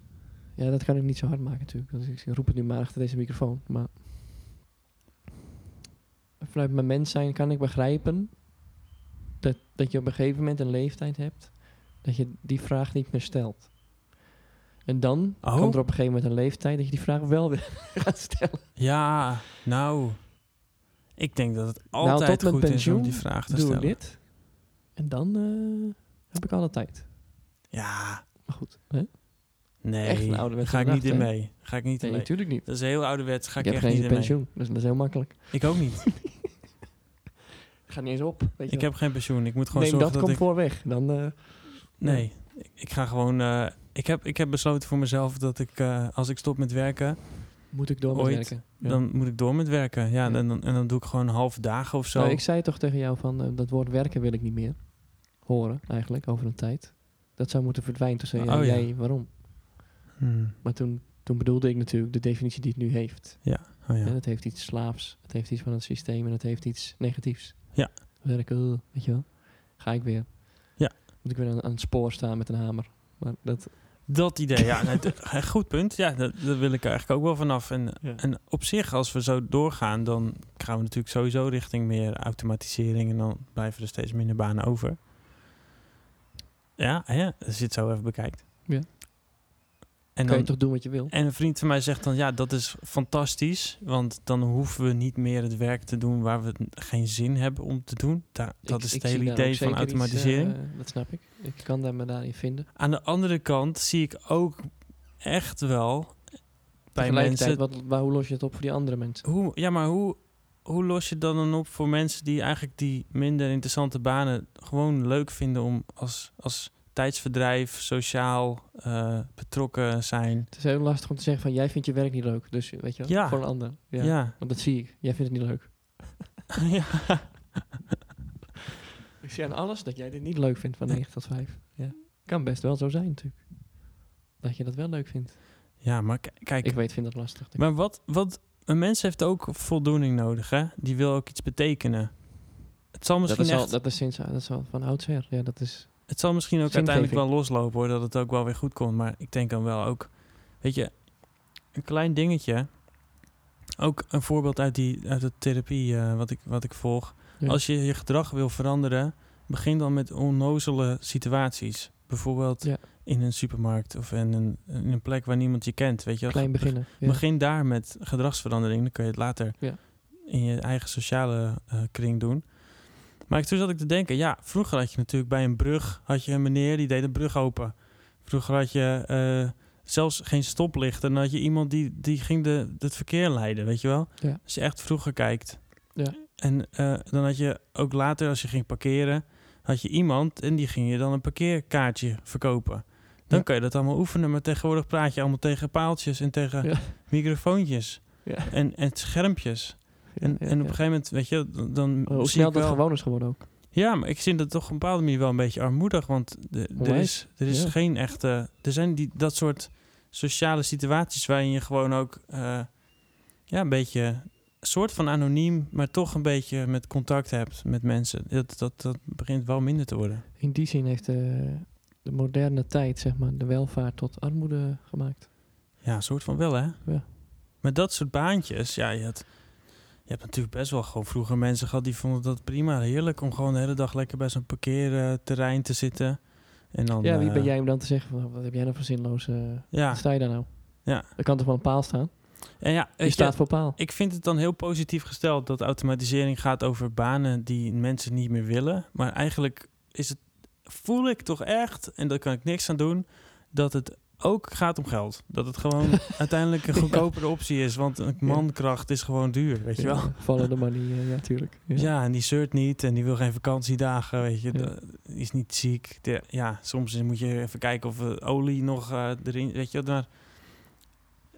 Ja, dat kan ik niet zo hard maken natuurlijk. want ik roep het nu maar achter deze microfoon. Maar vanuit mijn mens zijn kan ik begrijpen dat, dat je op een gegeven moment een leeftijd hebt dat je die vraag niet meer stelt. En dan
Oh.
komt er op een gegeven moment een leeftijd dat je die vraag wel weer gaat stellen.
Ja, nou. Ik denk dat het
Nou, tot
altijd
mijn
goed is om
pensioen
die vraag te
Doen we
stellen.
dit? En dan eh, heb ik alle tijd.
Ja,
Maar goed, hè?
nee.
Echt een ouderwetse
Ga ik niet in
gedachte,
mee. Ga ik niet in
nee,
mee.
natuurlijk niet.
Dat is heel ouderwets. Ga ik
je hebt
echt
geen
niet in mee.
pensioen, dus dat is heel makkelijk.
Ik ook niet.
Ga niet eens op. Weet je
Ik heb geen pensioen. Ik moet gewoon
Neem
zorgen
dat
dat, ik...
comfort weg. Dan, eh,
Nee, ik, ik ga gewoon. eh, ik, heb, ik heb besloten voor mezelf dat ik, eh, als ik stop met werken,
Moet ik door met
Ooit,
werken?
dan moet ik door met werken. Ja,
Ja.
En, dan, en dan doe ik gewoon half dagen of zo.
Nou, ik zei toch tegen jou van eh, dat woord werken wil ik niet meer horen eigenlijk over een tijd. Dat zou moeten verdwijnen. Toen zei jij,
Oh, ja.
jij, waarom?
Hmm,
Maar toen, toen bedoelde ik natuurlijk de definitie die het nu heeft.
oh ja.
En het heeft iets slaafs, het heeft iets van het systeem en het heeft iets negatiefs.
Ja.
Werken, eh, weet je wel. Ga ik weer.
Ja.
Moet ik weer aan, aan het spoor staan met een hamer. Maar dat,
Dat idee, ja. nou, d- eh, goed punt. Ja, dat- daar wil ik eigenlijk ook wel vanaf. En,
Ja.
en op zich, als we zo doorgaan, dan gaan we natuurlijk sowieso richting meer automatisering. En dan blijven er steeds minder banen over. Ja, ja als je het zo even bekijkt.
Ja.
En
kan
dan,
je toch doen wat je wil?
En een vriend van mij zegt dan, ja, dat is fantastisch. Want dan hoeven we niet meer het werk te doen waar we het geen zin hebben om te doen. Da- dat
Ik-
is
ik
het hele
zie daar ook
idee van
zeker iets,
automatisering.
eh, dat snap ik. Ik kan daar me daarin vinden.
Aan de andere kant zie ik ook echt wel bij mensen...
Tegelijkertijd, wat, waar, hoe los je het op voor die andere mensen?
Hoe, ja, maar hoe, hoe los je dat dan op voor mensen die eigenlijk die minder interessante banen gewoon leuk vinden om als, als tijdsverdrijf, sociaal eh, betrokken zijn?
Het is heel lastig om te zeggen van jij vindt je werk niet leuk, dus weet je wel,
Ja.
voor een ander. Ja.
Ja.
Want dat zie ik. Jij vindt het niet leuk.
ja.
Ik zie aan alles dat jij dit niet leuk vindt van 9 tot 5. Ja. Kan best wel zo zijn natuurlijk. Dat je dat wel leuk vindt.
ja, maar k- kijk...
Ik weet, vind dat lastig.
Maar wat, wat een mens heeft ook voldoening nodig, hè? Die wil ook iets betekenen. Het zal
dat,
misschien,
is al,
echt,
dat, is sinds, dat is al van oudsher. Ja, dat is...
het zal misschien ook
zingeving.
uiteindelijk wel loslopen, hoor. Dat het ook wel weer goed komt. Maar ik denk dan wel ook... Weet je, een klein dingetje. Ook een voorbeeld uit, die, uit de therapie eh, wat, ik, wat ik volg.
Ja.
Als je je gedrag wil veranderen, begin dan met onnozele situaties. Bijvoorbeeld
Ja.
in een supermarkt of in een, in een plek waar niemand je kent. Weet je, wel.
Klein
Ge-
beginnen. Ja.
Begin daar met gedragsverandering. Dan kun je het later
Ja.
in je eigen sociale eh, kring doen. Maar ik- toen zat ik te denken, ja, vroeger had je natuurlijk bij een brug had je een meneer die deed een brug open. Vroeger had je eh, zelfs geen stoplicht. En dan had je iemand die, die ging de, het verkeer leiden, weet je wel?
Ja.
Als je echt vroeger kijkt.
Ja.
En eh, dan had je ook later, als je ging parkeren, had je iemand en die ging je dan een parkeerkaartje verkopen. Dan
Ja.
kan je dat allemaal oefenen, maar tegenwoordig praat je allemaal tegen paaltjes en tegen
Ja.
microfoontjes
Ja.
en, en schermpjes.
Ja,
En,
ja,
en op
ja.
een gegeven moment, weet je, dan- dan.
Hoe
zie
snel
ik
dat
wel-
gewoon is geworden ook.
Ja, maar ik zie dat toch op een bepaalde manier wel een beetje armoedig. Want de- er
Onwijs,
is, er is
ja.
geen echte. Er zijn die, dat soort sociale situaties waarin je gewoon ook. eh, ja, een beetje. Een soort van anoniem, maar toch een beetje met contact hebt met mensen. Dat, dat, dat begint wel minder te worden.
In die zin heeft eh, de moderne tijd, zeg maar, de welvaart tot armoede gemaakt.
Ja, een soort van wel, hè?
Ja.
Met dat soort baantjes, ja, je, had, je hebt natuurlijk best wel gewoon vroeger mensen gehad die vonden dat prima heerlijk om gewoon de hele dag lekker bij zo'n parkeerterrein te zitten. En dan,
ja, wie
eh,
ben jij om dan te zeggen, van, wat heb jij nou voor zinloze...
Ja,
wat sta je daar nou?
Ja.
Er kan toch wel een paal staan?
en ja, weet
Je
je,
staat voor paal.
ik vind het dan heel positief gesteld dat automatisering gaat over banen die mensen niet meer willen. Maar eigenlijk is het, voel ik toch echt, en daar kan ik niks aan doen, dat het ook gaat om geld. Dat het gewoon uiteindelijk een
Ja.
goedkopere optie is, want een mankracht is gewoon duur, weet je wel.
Ja, vallen de money, eh, ja, tuurlijk. Ja.
Ja, en die zeurt niet en die wil geen vakantiedagen, weet je.
Ja.
Dat- Die is niet ziek. De- ja, soms moet je even kijken of eh, olie nog eh, erin, weet je. wel, Maar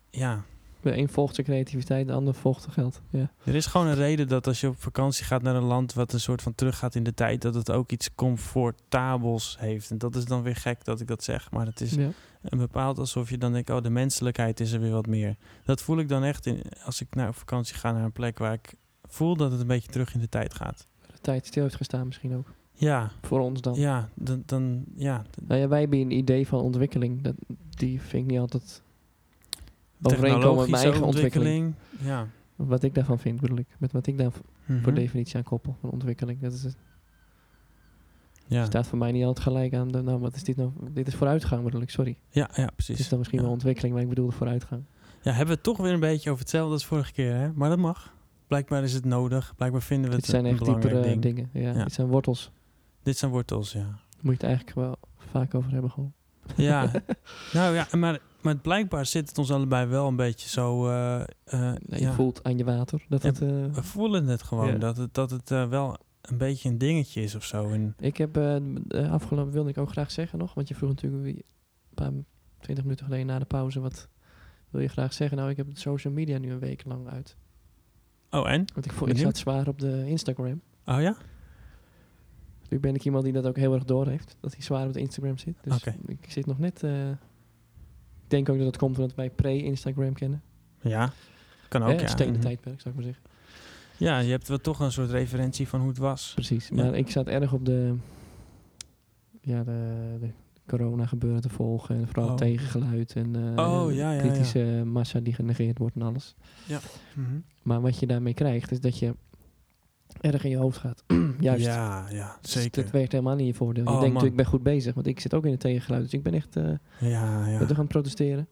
ja,
De een volgt zijn creativiteit, de ander volgt zijn geld. Ja.
er is gewoon een reden dat als je op vakantie gaat naar een land wat een soort van teruggaat in de tijd, dat het ook iets comfortabels heeft. En dat is dan weer gek dat ik dat zeg, maar het is
Ja.
een bepaald alsof je dan denkt, oh, de menselijkheid is er weer wat meer. Dat voel ik dan echt in, als ik naar op vakantie ga naar een plek waar ik voel dat het een beetje terug in de tijd gaat.
De tijd stil heeft gestaan misschien ook.
Ja,
Voor ons dan.
Ja, dan, dan ja. d-
Nou ja, wij hebben een idee van ontwikkeling. Dat, die vind ik niet altijd overeenkomen met
technologische
mijn eigen ontwikkeling.
Ja.
Wat ik daarvan vind, bedoel ik. Met wat ik daar voor
Mhm.
definitie aan koppel. Van ontwikkeling. Dat is, eh,
ja.
staat voor mij niet altijd gelijk aan. De, nou, wat is dit nou? Dit is vooruitgang, bedoel ik. Sorry.
ja, ja,
Het
precies.
is dan misschien
Dus- ja.
wel ontwikkeling, maar ik bedoel de vooruitgang.
Ja, hebben we het toch weer een beetje over hetzelfde als vorige keer, hè? Maar dat mag. Blijkbaar is het nodig. Blijkbaar vinden we het
Dit zijn
een
echt
belangrijk
diepere
ding.
dingen. Ja,
Ja.
Dit zijn wortels.
Dit zijn wortels, ja.
Daar moet je het eigenlijk wel vaak over hebben gewoon.
Ja. nou ja, maar, maar blijkbaar zit het ons allebei wel een beetje zo... eh, eh,
Nee,
ja.
Je voelt aan je water dat
Ja.
het... eh,
We voelen het gewoon.
Ja.
Dat het, dat het eh, wel een beetje een dingetje is of zo. En,
Ik heb eh, de afgelopen, wilde ik ook graag zeggen nog, want je vroeg natuurlijk wie- een paar twintig minuten geleden na de pauze, wat wil je graag zeggen? Nou, ik heb het social media nu een week lang uit.
oh, en?
Want ik, vo- ik
Benieuwd.
zat zwaar op de Instagram.
Oh ja?
Nu ben ik iemand die dat ook heel erg door heeft, dat hij zwaar op de Instagram zit. Dus
Oké.
ik zit nog net... eh, ik denk ook dat dat komt omdat wij pre-Instagram kennen.
Ja. Kan ook,
Hè,
ja.
Het stenen
Mhm.
tijdperk, zou ik maar zeggen.
Ja, je hebt wel toch een soort referentie van hoe het was.
Precies,
Ja.
maar ik zat erg op de... Ja, de, de corona gebeuren te volgen en vooral
Oh.
tegengeluid en eh,
Oh, ja, ja, ja.
kritische massa die genegeerd wordt en alles. Mhm. Maar wat je daarmee krijgt, is dat je erg in je hoofd gaat. Juist.
Ja, ja,
Dus
zeker.
dat werkt helemaal niet in je voordeel.
Oh,
je denkt
man.
natuurlijk, ik ben goed bezig, want ik zit ook in het tegengeluid. Dus ik ben echt eh
Ja, ja.
ben toch aan het protesteren.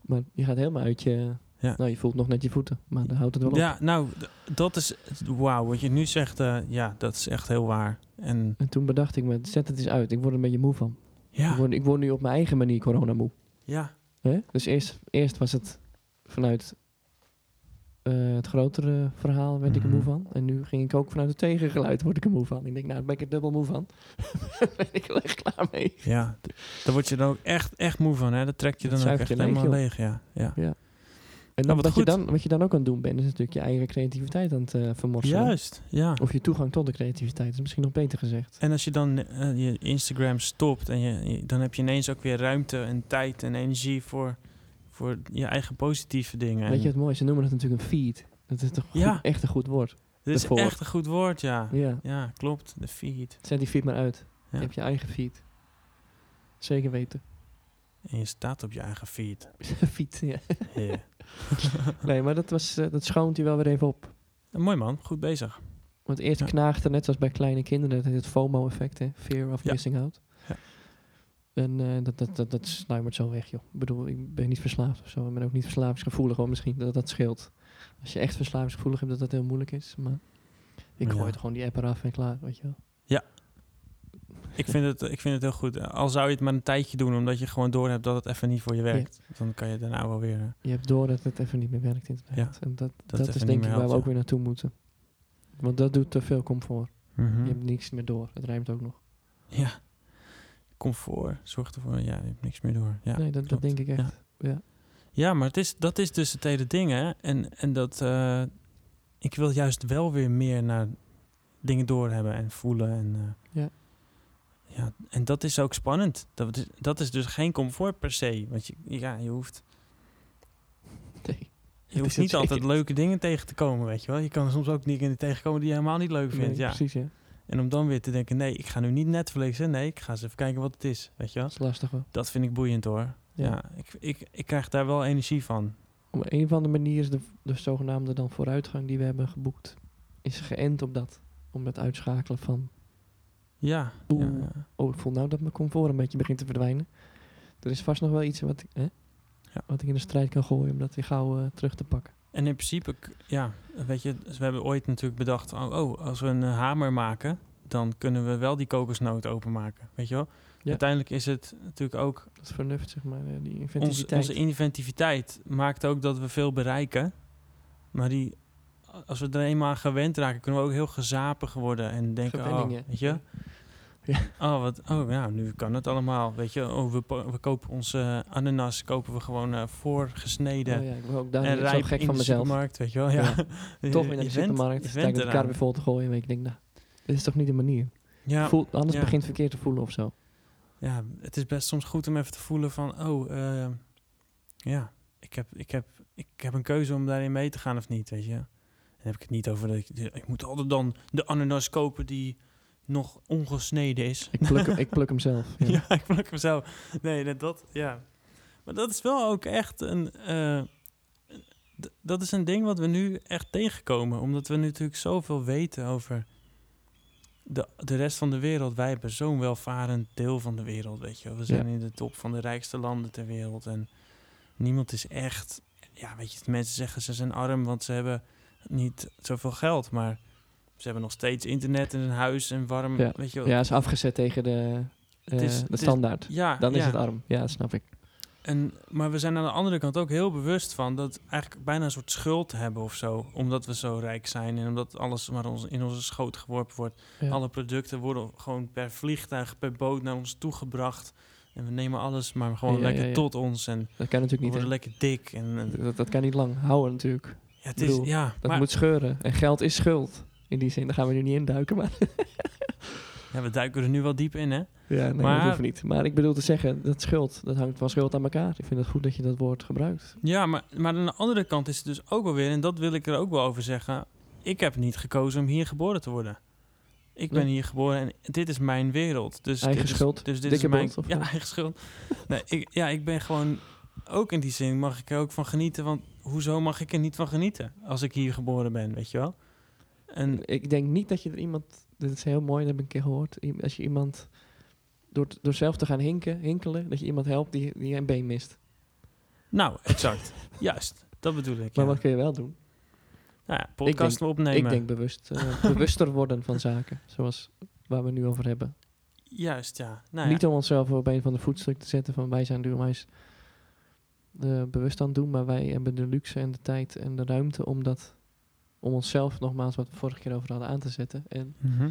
Maar je gaat helemaal uit je...
Ja.
Nou, je voelt nog net je voeten, maar dan houdt het wel op.
Ja, nou, d- dat is... Wauw, wat je nu zegt, eh, ja, dat is echt heel waar. En
En toen bedacht ik me, zet het eens uit. Ik word er een beetje moe van. Ik,
ja,
word, ik word nu op mijn eigen manier corona moe.
ja,
Hè? Dus eerst, eerst was het vanuit eh, het grotere verhaal werd ik er moe
Mhm.
van. En nu ging ik ook vanuit het tegengeluid word ik er moe van. Ik denk, nou, daar ben ik er dubbel moe van. Daar ben ik wel echt klaar mee.
ja. D- Daar word je dan ook echt, echt moe van, hè? Dat trek je dan
Dat
ook
zuigt
echt
je leeg,
helemaal
joh.
leeg, ja. ja.
En
Nou,
dan,
wat
wat, je
goed.
dan, wat je dan ook aan het doen bent, is natuurlijk je eigen creativiteit aan het eh, vermorselen.
Juist, ja.
Of je toegang tot de creativiteit, is misschien nog beter gezegd.
En als je dan eh, je Instagram stopt, en je, je- dan heb je ineens ook weer ruimte en tijd en energie voor, voor je eigen positieve dingen.
Weet je
En
wat mooi is? Ze noemen dat natuurlijk een feed. Dat is toch goed-
Ja.
echt een goed woord.
Dit is
daarvoor?
echt een goed woord, ja.
Ja.
Ja, klopt. De feed.
Zet die feed maar uit.
Ja.
Je hebt je eigen feed. Zeker weten.
En je staat op je eigen feet.
Fiet, ja.
Yeah.
Nee, maar dat, was, eh, dat schoont hij wel weer even op.
Ja, mooi man, goed bezig.
Want eerst
Ja.
knaagde, net als bij kleine kinderen, dat heet het FOMO-effect, hè? Fear of
Ja.
Missing Out.
Ja.
En eh, dat, dat, dat, dat sluimert zo weg, joh. Ik bedoel, ik ben niet verslaafd of zo. Ik ben ook niet verslavingsgevoelig, hoor. Misschien dat dat scheelt. Als je echt verslavingsgevoelig hebt, dat dat heel moeilijk is. Maar ik
Ja.
gooi het gewoon die app eraf en klaar, weet je wel.
Ik vind, het, ik vind het heel goed. Al zou je het maar een tijdje doen, omdat je gewoon door hebt dat het even niet voor je werkt. Dan kan je daarna wel weer. eh,
Je hebt door dat het even niet meer werkt, inderdaad. En dat,
het
dat,
even
is
niet
denk ik
meer
waar
helpt,
we ook
ja.
weer naartoe moeten. Want dat doet te veel comfort.
mhm.
Je hebt niks meer door. Het rijmt ook nog.
Ja. Comfort zorgt ervoor, ja, je hebt niks meer door. Ja,
nee, dat, dat
klopt.
denk ik echt.
Ja. ja maar het is, dat is dus het hele ding, hè. En, en dat... eh, ik wil juist wel weer meer naar dingen doorhebben en voelen. En, eh,
Ja.
ja, en dat is ook spannend. Dat is, dat is dus geen comfort per se. Want je, ja, je hoeft,
Nee.
je hoeft
is het
niet altijd
zeker.
leuke dingen tegen te komen, weet je wel. Je kan soms ook dingen tegenkomen die je helemaal niet leuk vindt.
Nee,
ja.
Precies, ja.
En om dan weer te denken, nee, ik ga nu niet Netflixen. Nee, ik ga eens even kijken wat het is, weet je wel.
Dat is lastig wel.
Dat vind ik boeiend hoor. Ja,
Ja.
ik, ik, ik krijg daar wel energie van.
Op een of andere manier is de, de zogenaamde dan vooruitgang die we hebben geboekt, is geënt op dat. Om dat uitschakelen van,
Ja,
Oeh.
ja, ja.
oh ik voel nou dat mijn comfort een beetje begint te verdwijnen. Er is vast nog wel iets wat, ik- hè,
Ja.
wat ik in de strijd kan gooien om dat weer gauw eh, terug te pakken.
En in principe, k- ja, weet je, dus we hebben ooit natuurlijk bedacht, oh, oh, als we een eh, hamer maken, dan kunnen we wel die kokosnoot openmaken, weet je wel.
Ja.
Uiteindelijk is het natuurlijk ook,
Dat is vernuft, zeg maar, eh, die
onze,
inventiviteit.
onze inventiviteit maakt ook dat we veel bereiken. Maar die, als we er eenmaal aan gewend raken, kunnen we ook heel gezapig worden en denken, oh,
Gewenningen.
weet je.
Ja.
Oh, wat, oh, nou, nu kan het allemaal, weet je. Oh, we, po- we kopen onze eh, ananas, kopen we gewoon eh, voorgesneden.
Oh ja, ik ben ook
en
duidelijk zo
rijp
gek
in
van
de
mezelf.
supermarkt, weet je wel. Ja.
Toch weer naar de
Je went-
supermarkt,
je
sta ik
went
met elkaar
eraan.
weer vol te gooien. En ik denk, nou, dit is toch niet de manier.
Ja,
Voel, anders
ja.
begint verkeerd te voelen of zo.
ja, het is best soms goed om even te voelen van... Oh, eh, ja, ik heb, ik, heb, ik heb een keuze om daarin mee te gaan of niet, weet je. Dan heb ik het niet over dat ik... Ik moet altijd dan de ananas kopen die nog ongesneden is.
Ik pluk, hem- ik pluk hem zelf. Ja.
Ja, ik plak hem zo. Nee, dat- dat, ja. Maar dat is wel ook echt een... eh, d- dat is een ding wat we nu echt tegenkomen. Omdat we nu natuurlijk zoveel weten over de, de rest van de wereld. Wij hebben zo'n welvarend deel van de wereld, weet je wel. We zijn in de top van de rijkste landen ter wereld. En niemand is echt... Ja, weet je, de mensen zeggen ze zijn arm, want ze hebben niet zoveel geld. Maar ze hebben nog steeds internet en een huis en warm,
Ja.
weet je wel.
Ja, is afgezet tegen de, eh,
is- het
de
is-
standaard.
Ja,
Dan is
ja.
het arm. Ja, dat snap ik.
En, maar we zijn aan de andere kant ook heel bewust van dat we eigenlijk bijna een soort schuld hebben of zo. Omdat we zo rijk zijn en omdat alles maar ons, in onze schoot geworpen wordt.
Ja.
Alle producten worden gewoon per vliegtuig, per boot naar ons toegebracht. En we nemen alles maar gewoon
Ja, ja,
lekker
ja.
tot ons. En
Dat kan
we
natuurlijk niet.
worden
hè.
lekker dik. En, en-
Dat, dat kan niet lang houden natuurlijk.
ja, het is,
bedoel,
ja,
Dat
maar
moet scheuren. En geld is schuld. In die zin, daar gaan we nu niet in duiken. Maar,
ja, we duiken er nu wel diep in, hè?
ja, nee,
Maar-
dat hoeft niet. Maar ik bedoel te zeggen, dat schuld, dat hangt van schuld aan elkaar. Ik vind het goed dat je dat woord gebruikt.
Ja, maar, maar aan de andere kant is het dus ook wel weer, en dat wil ik er ook wel over zeggen. Ik heb niet gekozen om hier geboren te worden. Ik ben
Nee.
hier geboren en dit is mijn wereld. Dus
Eigen
dit is-
schuld,
dus dit
dikke
is mijn
bult, of
ja,
wat?
eigen schuld. nee, ik, ja, ik ben gewoon ook in die zin mag ik er ook van genieten. Want hoezo mag ik er niet van genieten als ik hier geboren ben, weet je wel? En
Ik denk niet dat je er iemand... Dit is heel mooi, dat heb ik een keer gehoord. I- Als je iemand... Door, t- door zelf te gaan hinken, hinkelen, dat je iemand helpt die, die een been mist.
nou, exact, juist. Dat bedoel ik. ja.
Maar wat kun je wel doen?
Nou ja, podcast opnemen.
Ik denk bewust, eh, bewuster worden van zaken. Zoals waar we nu over hebben.
Juist, ja. Nou, ja.
Niet om onszelf op een van de voetstuk te zetten van wij zijn duurwijs eh bewust aan het doen, maar wij hebben de luxe en de tijd en de ruimte om dat om onszelf nogmaals wat we vorige keer over hadden aan te zetten. En
Mhm.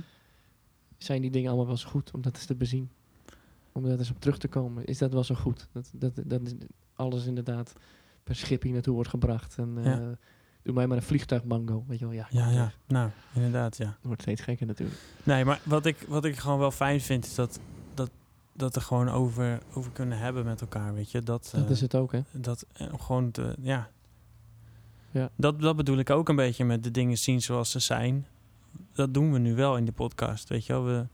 zijn die dingen allemaal wel zo goed om dat eens te bezien? Om dat eens op terug te komen. Is dat wel zo goed? Dat, dat, dat is alles inderdaad per schip hier naartoe wordt gebracht. En eh,
Ja.
doe mij maar een vliegtuigmango. Weet je wel, ja.
Ja, ja. Nou, inderdaad, ja.
Het wordt steeds gekker natuurlijk.
Nee, maar wat ik, wat ik gewoon wel fijn vind, is dat, dat, dat we gewoon over, over kunnen hebben met elkaar, weet je. Dat,
Dat
eh,
is het ook, hè?
dat eh, gewoon, te- ja.
Ja.
Dat, dat bedoel ik ook een beetje met de dingen zien zoals ze zijn. Dat doen we nu wel in de podcast, weet je wel. We,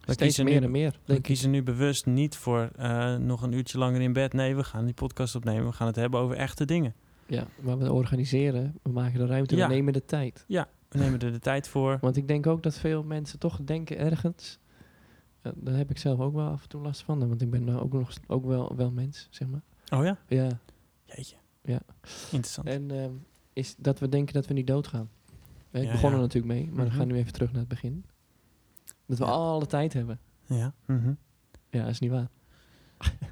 Steeds
kiezen nu-
meer en meer,
We
denk ik.
kiezen nu bewust niet voor eh, nog een uurtje langer in bed. Nee, we gaan die podcast opnemen. We gaan het hebben over echte dingen.
Ja, maar we organiseren, we maken de ruimte,
Ja.
we nemen de tijd.
We nemen er de tijd voor.
Want ik denk ook dat veel mensen toch denken ergens. eh, daar heb ik zelf ook wel af en toe last van. Want ik ben nou ook, nog, ook wel, wel mens, zeg maar.
Oh ja?
Ja.
Jeetje.
Ja.
Interessant.
En ehm, is dat we denken dat we niet doodgaan. Eh, Ik
Ja,
begon
ja.
er natuurlijk mee, maar we
Mhm.
gaan nu even terug naar het begin. Dat we
Ja.
alle tijd hebben.
Ja. mhm.
Ja, dat is niet waar.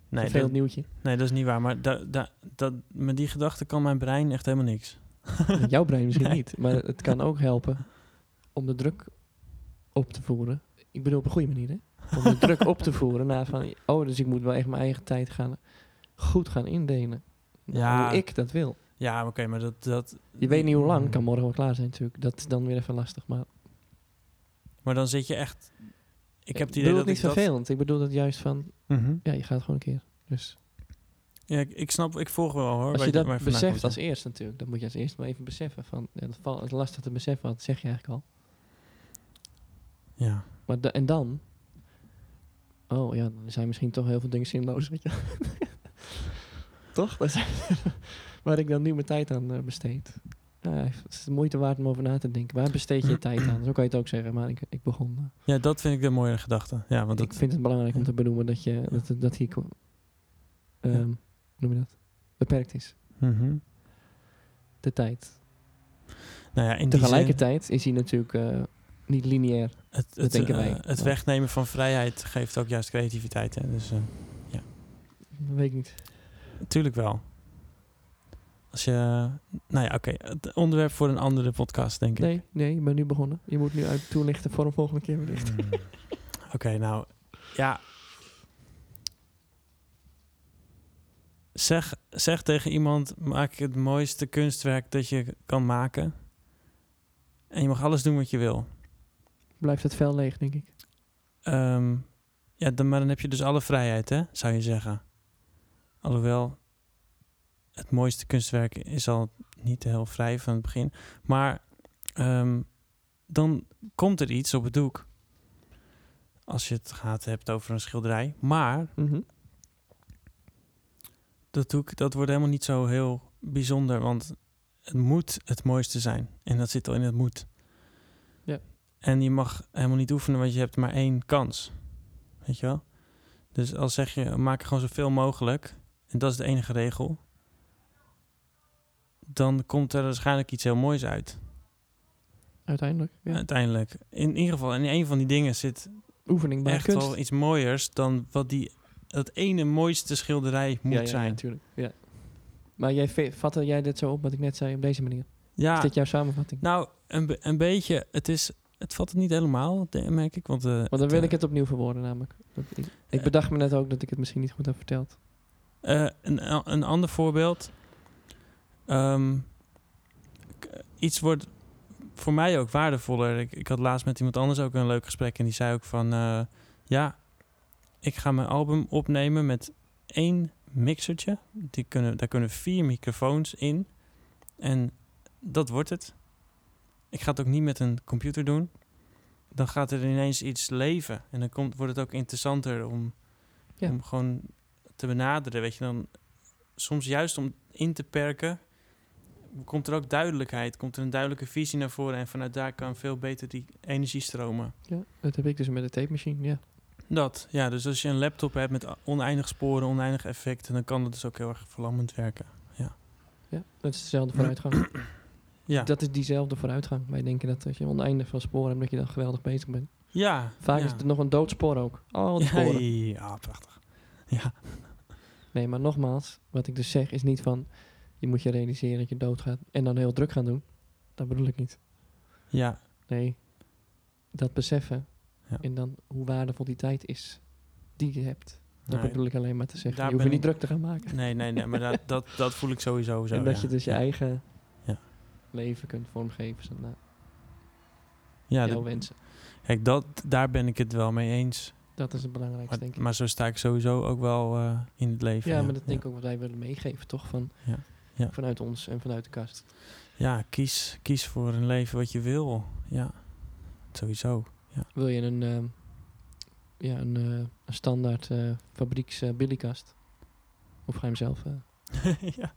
nee,
Vervelend
dat,
nieuwtje.
nee, dat is niet waar. Maar da, da, dat, met die gedachte kan mijn brein echt helemaal niks.
Met Jouw brein misschien
Nee.
niet. Maar het kan ook helpen om de druk op te voeren. Ik bedoel op een goede manier, hè? Om de druk op te voeren naar van... Oh, dus ik moet wel echt mijn eigen tijd gaan, goed gaan indelen. Nou,
Ja.
Hoe ik dat wil.
Ja, oké, maar dat, dat...
Je weet niet hoe
Hmm.
lang. Kan morgen wel klaar zijn natuurlijk. Dat is dan weer even lastig. Maar
Maar dan zit je echt... Ik heb het idee
bedoel
dat
het niet
ik dat...
vervelend. Ik bedoel dat juist van...
Mhm.
Ja, je gaat gewoon een keer. Dus
Ja, ik, ik snap, ik volg wel hoor.
als
waar waar
je dat
vandaan
beseft
komt.
als eerst natuurlijk. Dan moet je als eerst maar even beseffen van... Ja, dat val- het is lastig te beseffen, want dat zeg je eigenlijk al.
Ja.
Maar da- en dan? Oh ja, er zijn misschien toch heel veel dingen zinloos, weet je. wel. toch? Dat zijn- waar ik dan nu mijn tijd aan eh, besteed. Nou ja, het is de moeite waard om over na te denken. Waar besteed je je tijd aan? Zo kan je het ook zeggen, maar ik, ik begon. eh,
ja, dat vind ik de mooie gedachte. Ja, want dat,
ik vind het belangrijk om te benoemen dat, je, dat, dat hier ko- ehm, hoe noem je dat? beperkt is.
Mhm.
De tijd.
Nou ja, in die zin-
Tegelijkertijd is hij natuurlijk eh, niet lineair.
Het, het,
denken
eh,
wij.
het
Ja.
wegnemen van vrijheid geeft ook juist creativiteit. Hè? Dus eh,
Dat weet ik niet.
natuurlijk wel. Als je. Nou ja, oké. het onderwerp voor een andere podcast, denk ik.
Nee, nee, ik ben nu begonnen. Je moet nu uit toelichten voor een volgende keer wellicht.
Hmm. Oké, nou. Ja. Zeg, zeg tegen iemand: maak het mooiste kunstwerk dat je kan maken. En je mag alles doen wat je wil.
blijft het vel leeg, denk ik.
Ehm, ja, dan, maar dan heb je dus alle vrijheid, hè, zou je zeggen. Alhoewel, het mooiste kunstwerk is al niet heel vrij van het begin. Maar ehm, dan komt er iets op het doek. Als je het gaat hebt over een schilderij. Maar
Mhm.
dat doek, dat wordt helemaal niet zo heel bijzonder, want het moet het mooiste zijn. En dat zit al in het moet.
Ja.
En je mag helemaal niet oefenen, want je hebt maar één kans. Weet je wel? Dus als zeg je, maak er gewoon zoveel mogelijk, en dat is de enige regel, dan komt er waarschijnlijk iets heel moois uit.
Uiteindelijk. Ja.
Uiteindelijk. In ieder geval, in een van die dingen zit
Oefening bij
echt
kunst.
wel iets mooiers dan wat die, dat ene mooiste schilderij moet
ja, ja,
zijn.
natuurlijk. Ja. Maar jij ve- vatte jij dit zo op wat ik net zei op deze manier?
Ja,
Is dit jouw samenvatting?
Nou, een, be- een beetje. Het, is, het valt het niet helemaal, de- merk ik. Want, eh,
Want dan wil
eh,
ik het opnieuw verwoorden namelijk. Dat ik, ik
Eh.
bedacht me net ook dat ik het misschien niet goed heb verteld.
eh, een, een ander voorbeeld. Ehm, k- iets wordt voor mij ook waardevoller. Ik, ik had laatst met iemand anders ook een leuk gesprek. En die zei ook van... eh, ja, ik ga mijn album opnemen met één mixertje. Die kunnen, daar kunnen vier microfoons in. En dat wordt het. Ik ga het ook niet met een computer doen. Dan gaat er ineens iets leven. En dan komt, wordt het ook interessanter om,
Ja.
om gewoon te benaderen. Weet je, dan soms juist om in te perken, komt er ook duidelijkheid. Komt er een duidelijke visie naar voren. En vanuit daar kan veel beter die energie stromen.
Ja, dat heb ik dus met de tape machine. Ja.
Dat, ja. Dus als je een laptop hebt met oneindig sporen, oneindig effecten, dan kan dat dus ook heel erg verlammend werken.
ja, dat is dezelfde vooruitgang.
Ja,
Dat is diezelfde vooruitgang. Wij denken dat als je oneindig veel sporen hebt, dat je dan geweldig bezig bent.
ja.
Vaak
ja.
is het nog een doodspoor ook. Al die
ja,
sporen.
ja, prachtig. Ja,
Nee, maar nogmaals, wat ik dus zeg is niet van je moet je realiseren dat je doodgaat en dan heel druk gaan doen. Dat bedoel ik niet.
ja,
Nee, dat beseffen
Ja.
en dan hoe waardevol die tijd is die je hebt. Dat
Nee.
bedoel ik alleen maar te zeggen.
Daar
je hoeft je
ben
niet druk te gaan maken.
nee, nee, nee, maar dat, dat, dat voel ik sowieso zo.
en dat
ja.
je dus je
Ja.
eigen
Ja.
leven kunt vormgeven zo naar
Ja,
jouw
dat-
wensen.
kijk, dat, daar ben ik het wel mee eens.
Dat is het belangrijkste,
Maar,
denk ik.
maar zo sta ik sowieso ook wel eh, in het leven.
ja, maar dat denk ik ook wat wij willen meegeven, toch? Van,
Ja. Ja.
Vanuit ons en vanuit de kast.
Ja, kies, kies voor een leven wat je wil. Ja, sowieso.
Wil je een ehm, ja, een, eh, een standaard eh, fabrieks eh, billykast. Of ga je hem zelf eh,
ja.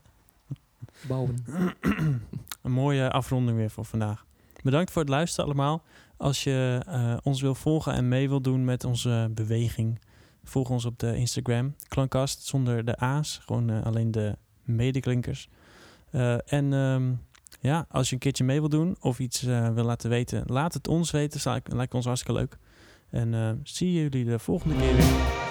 bouwen?
Een mooie afronding weer voor vandaag. Bedankt voor het luisteren allemaal. Als je eh, ons wil volgen en mee wil doen met onze beweging, volg ons op de Instagram. Klankkast zonder de A's, gewoon eh, alleen de medeklinkers. Eh, en ehm, ja, als je een keertje mee wil doen of iets eh, wil laten weten, laat het ons weten. Lijkt, lijkt ons hartstikke leuk. En eh, zie jullie de volgende keer weer.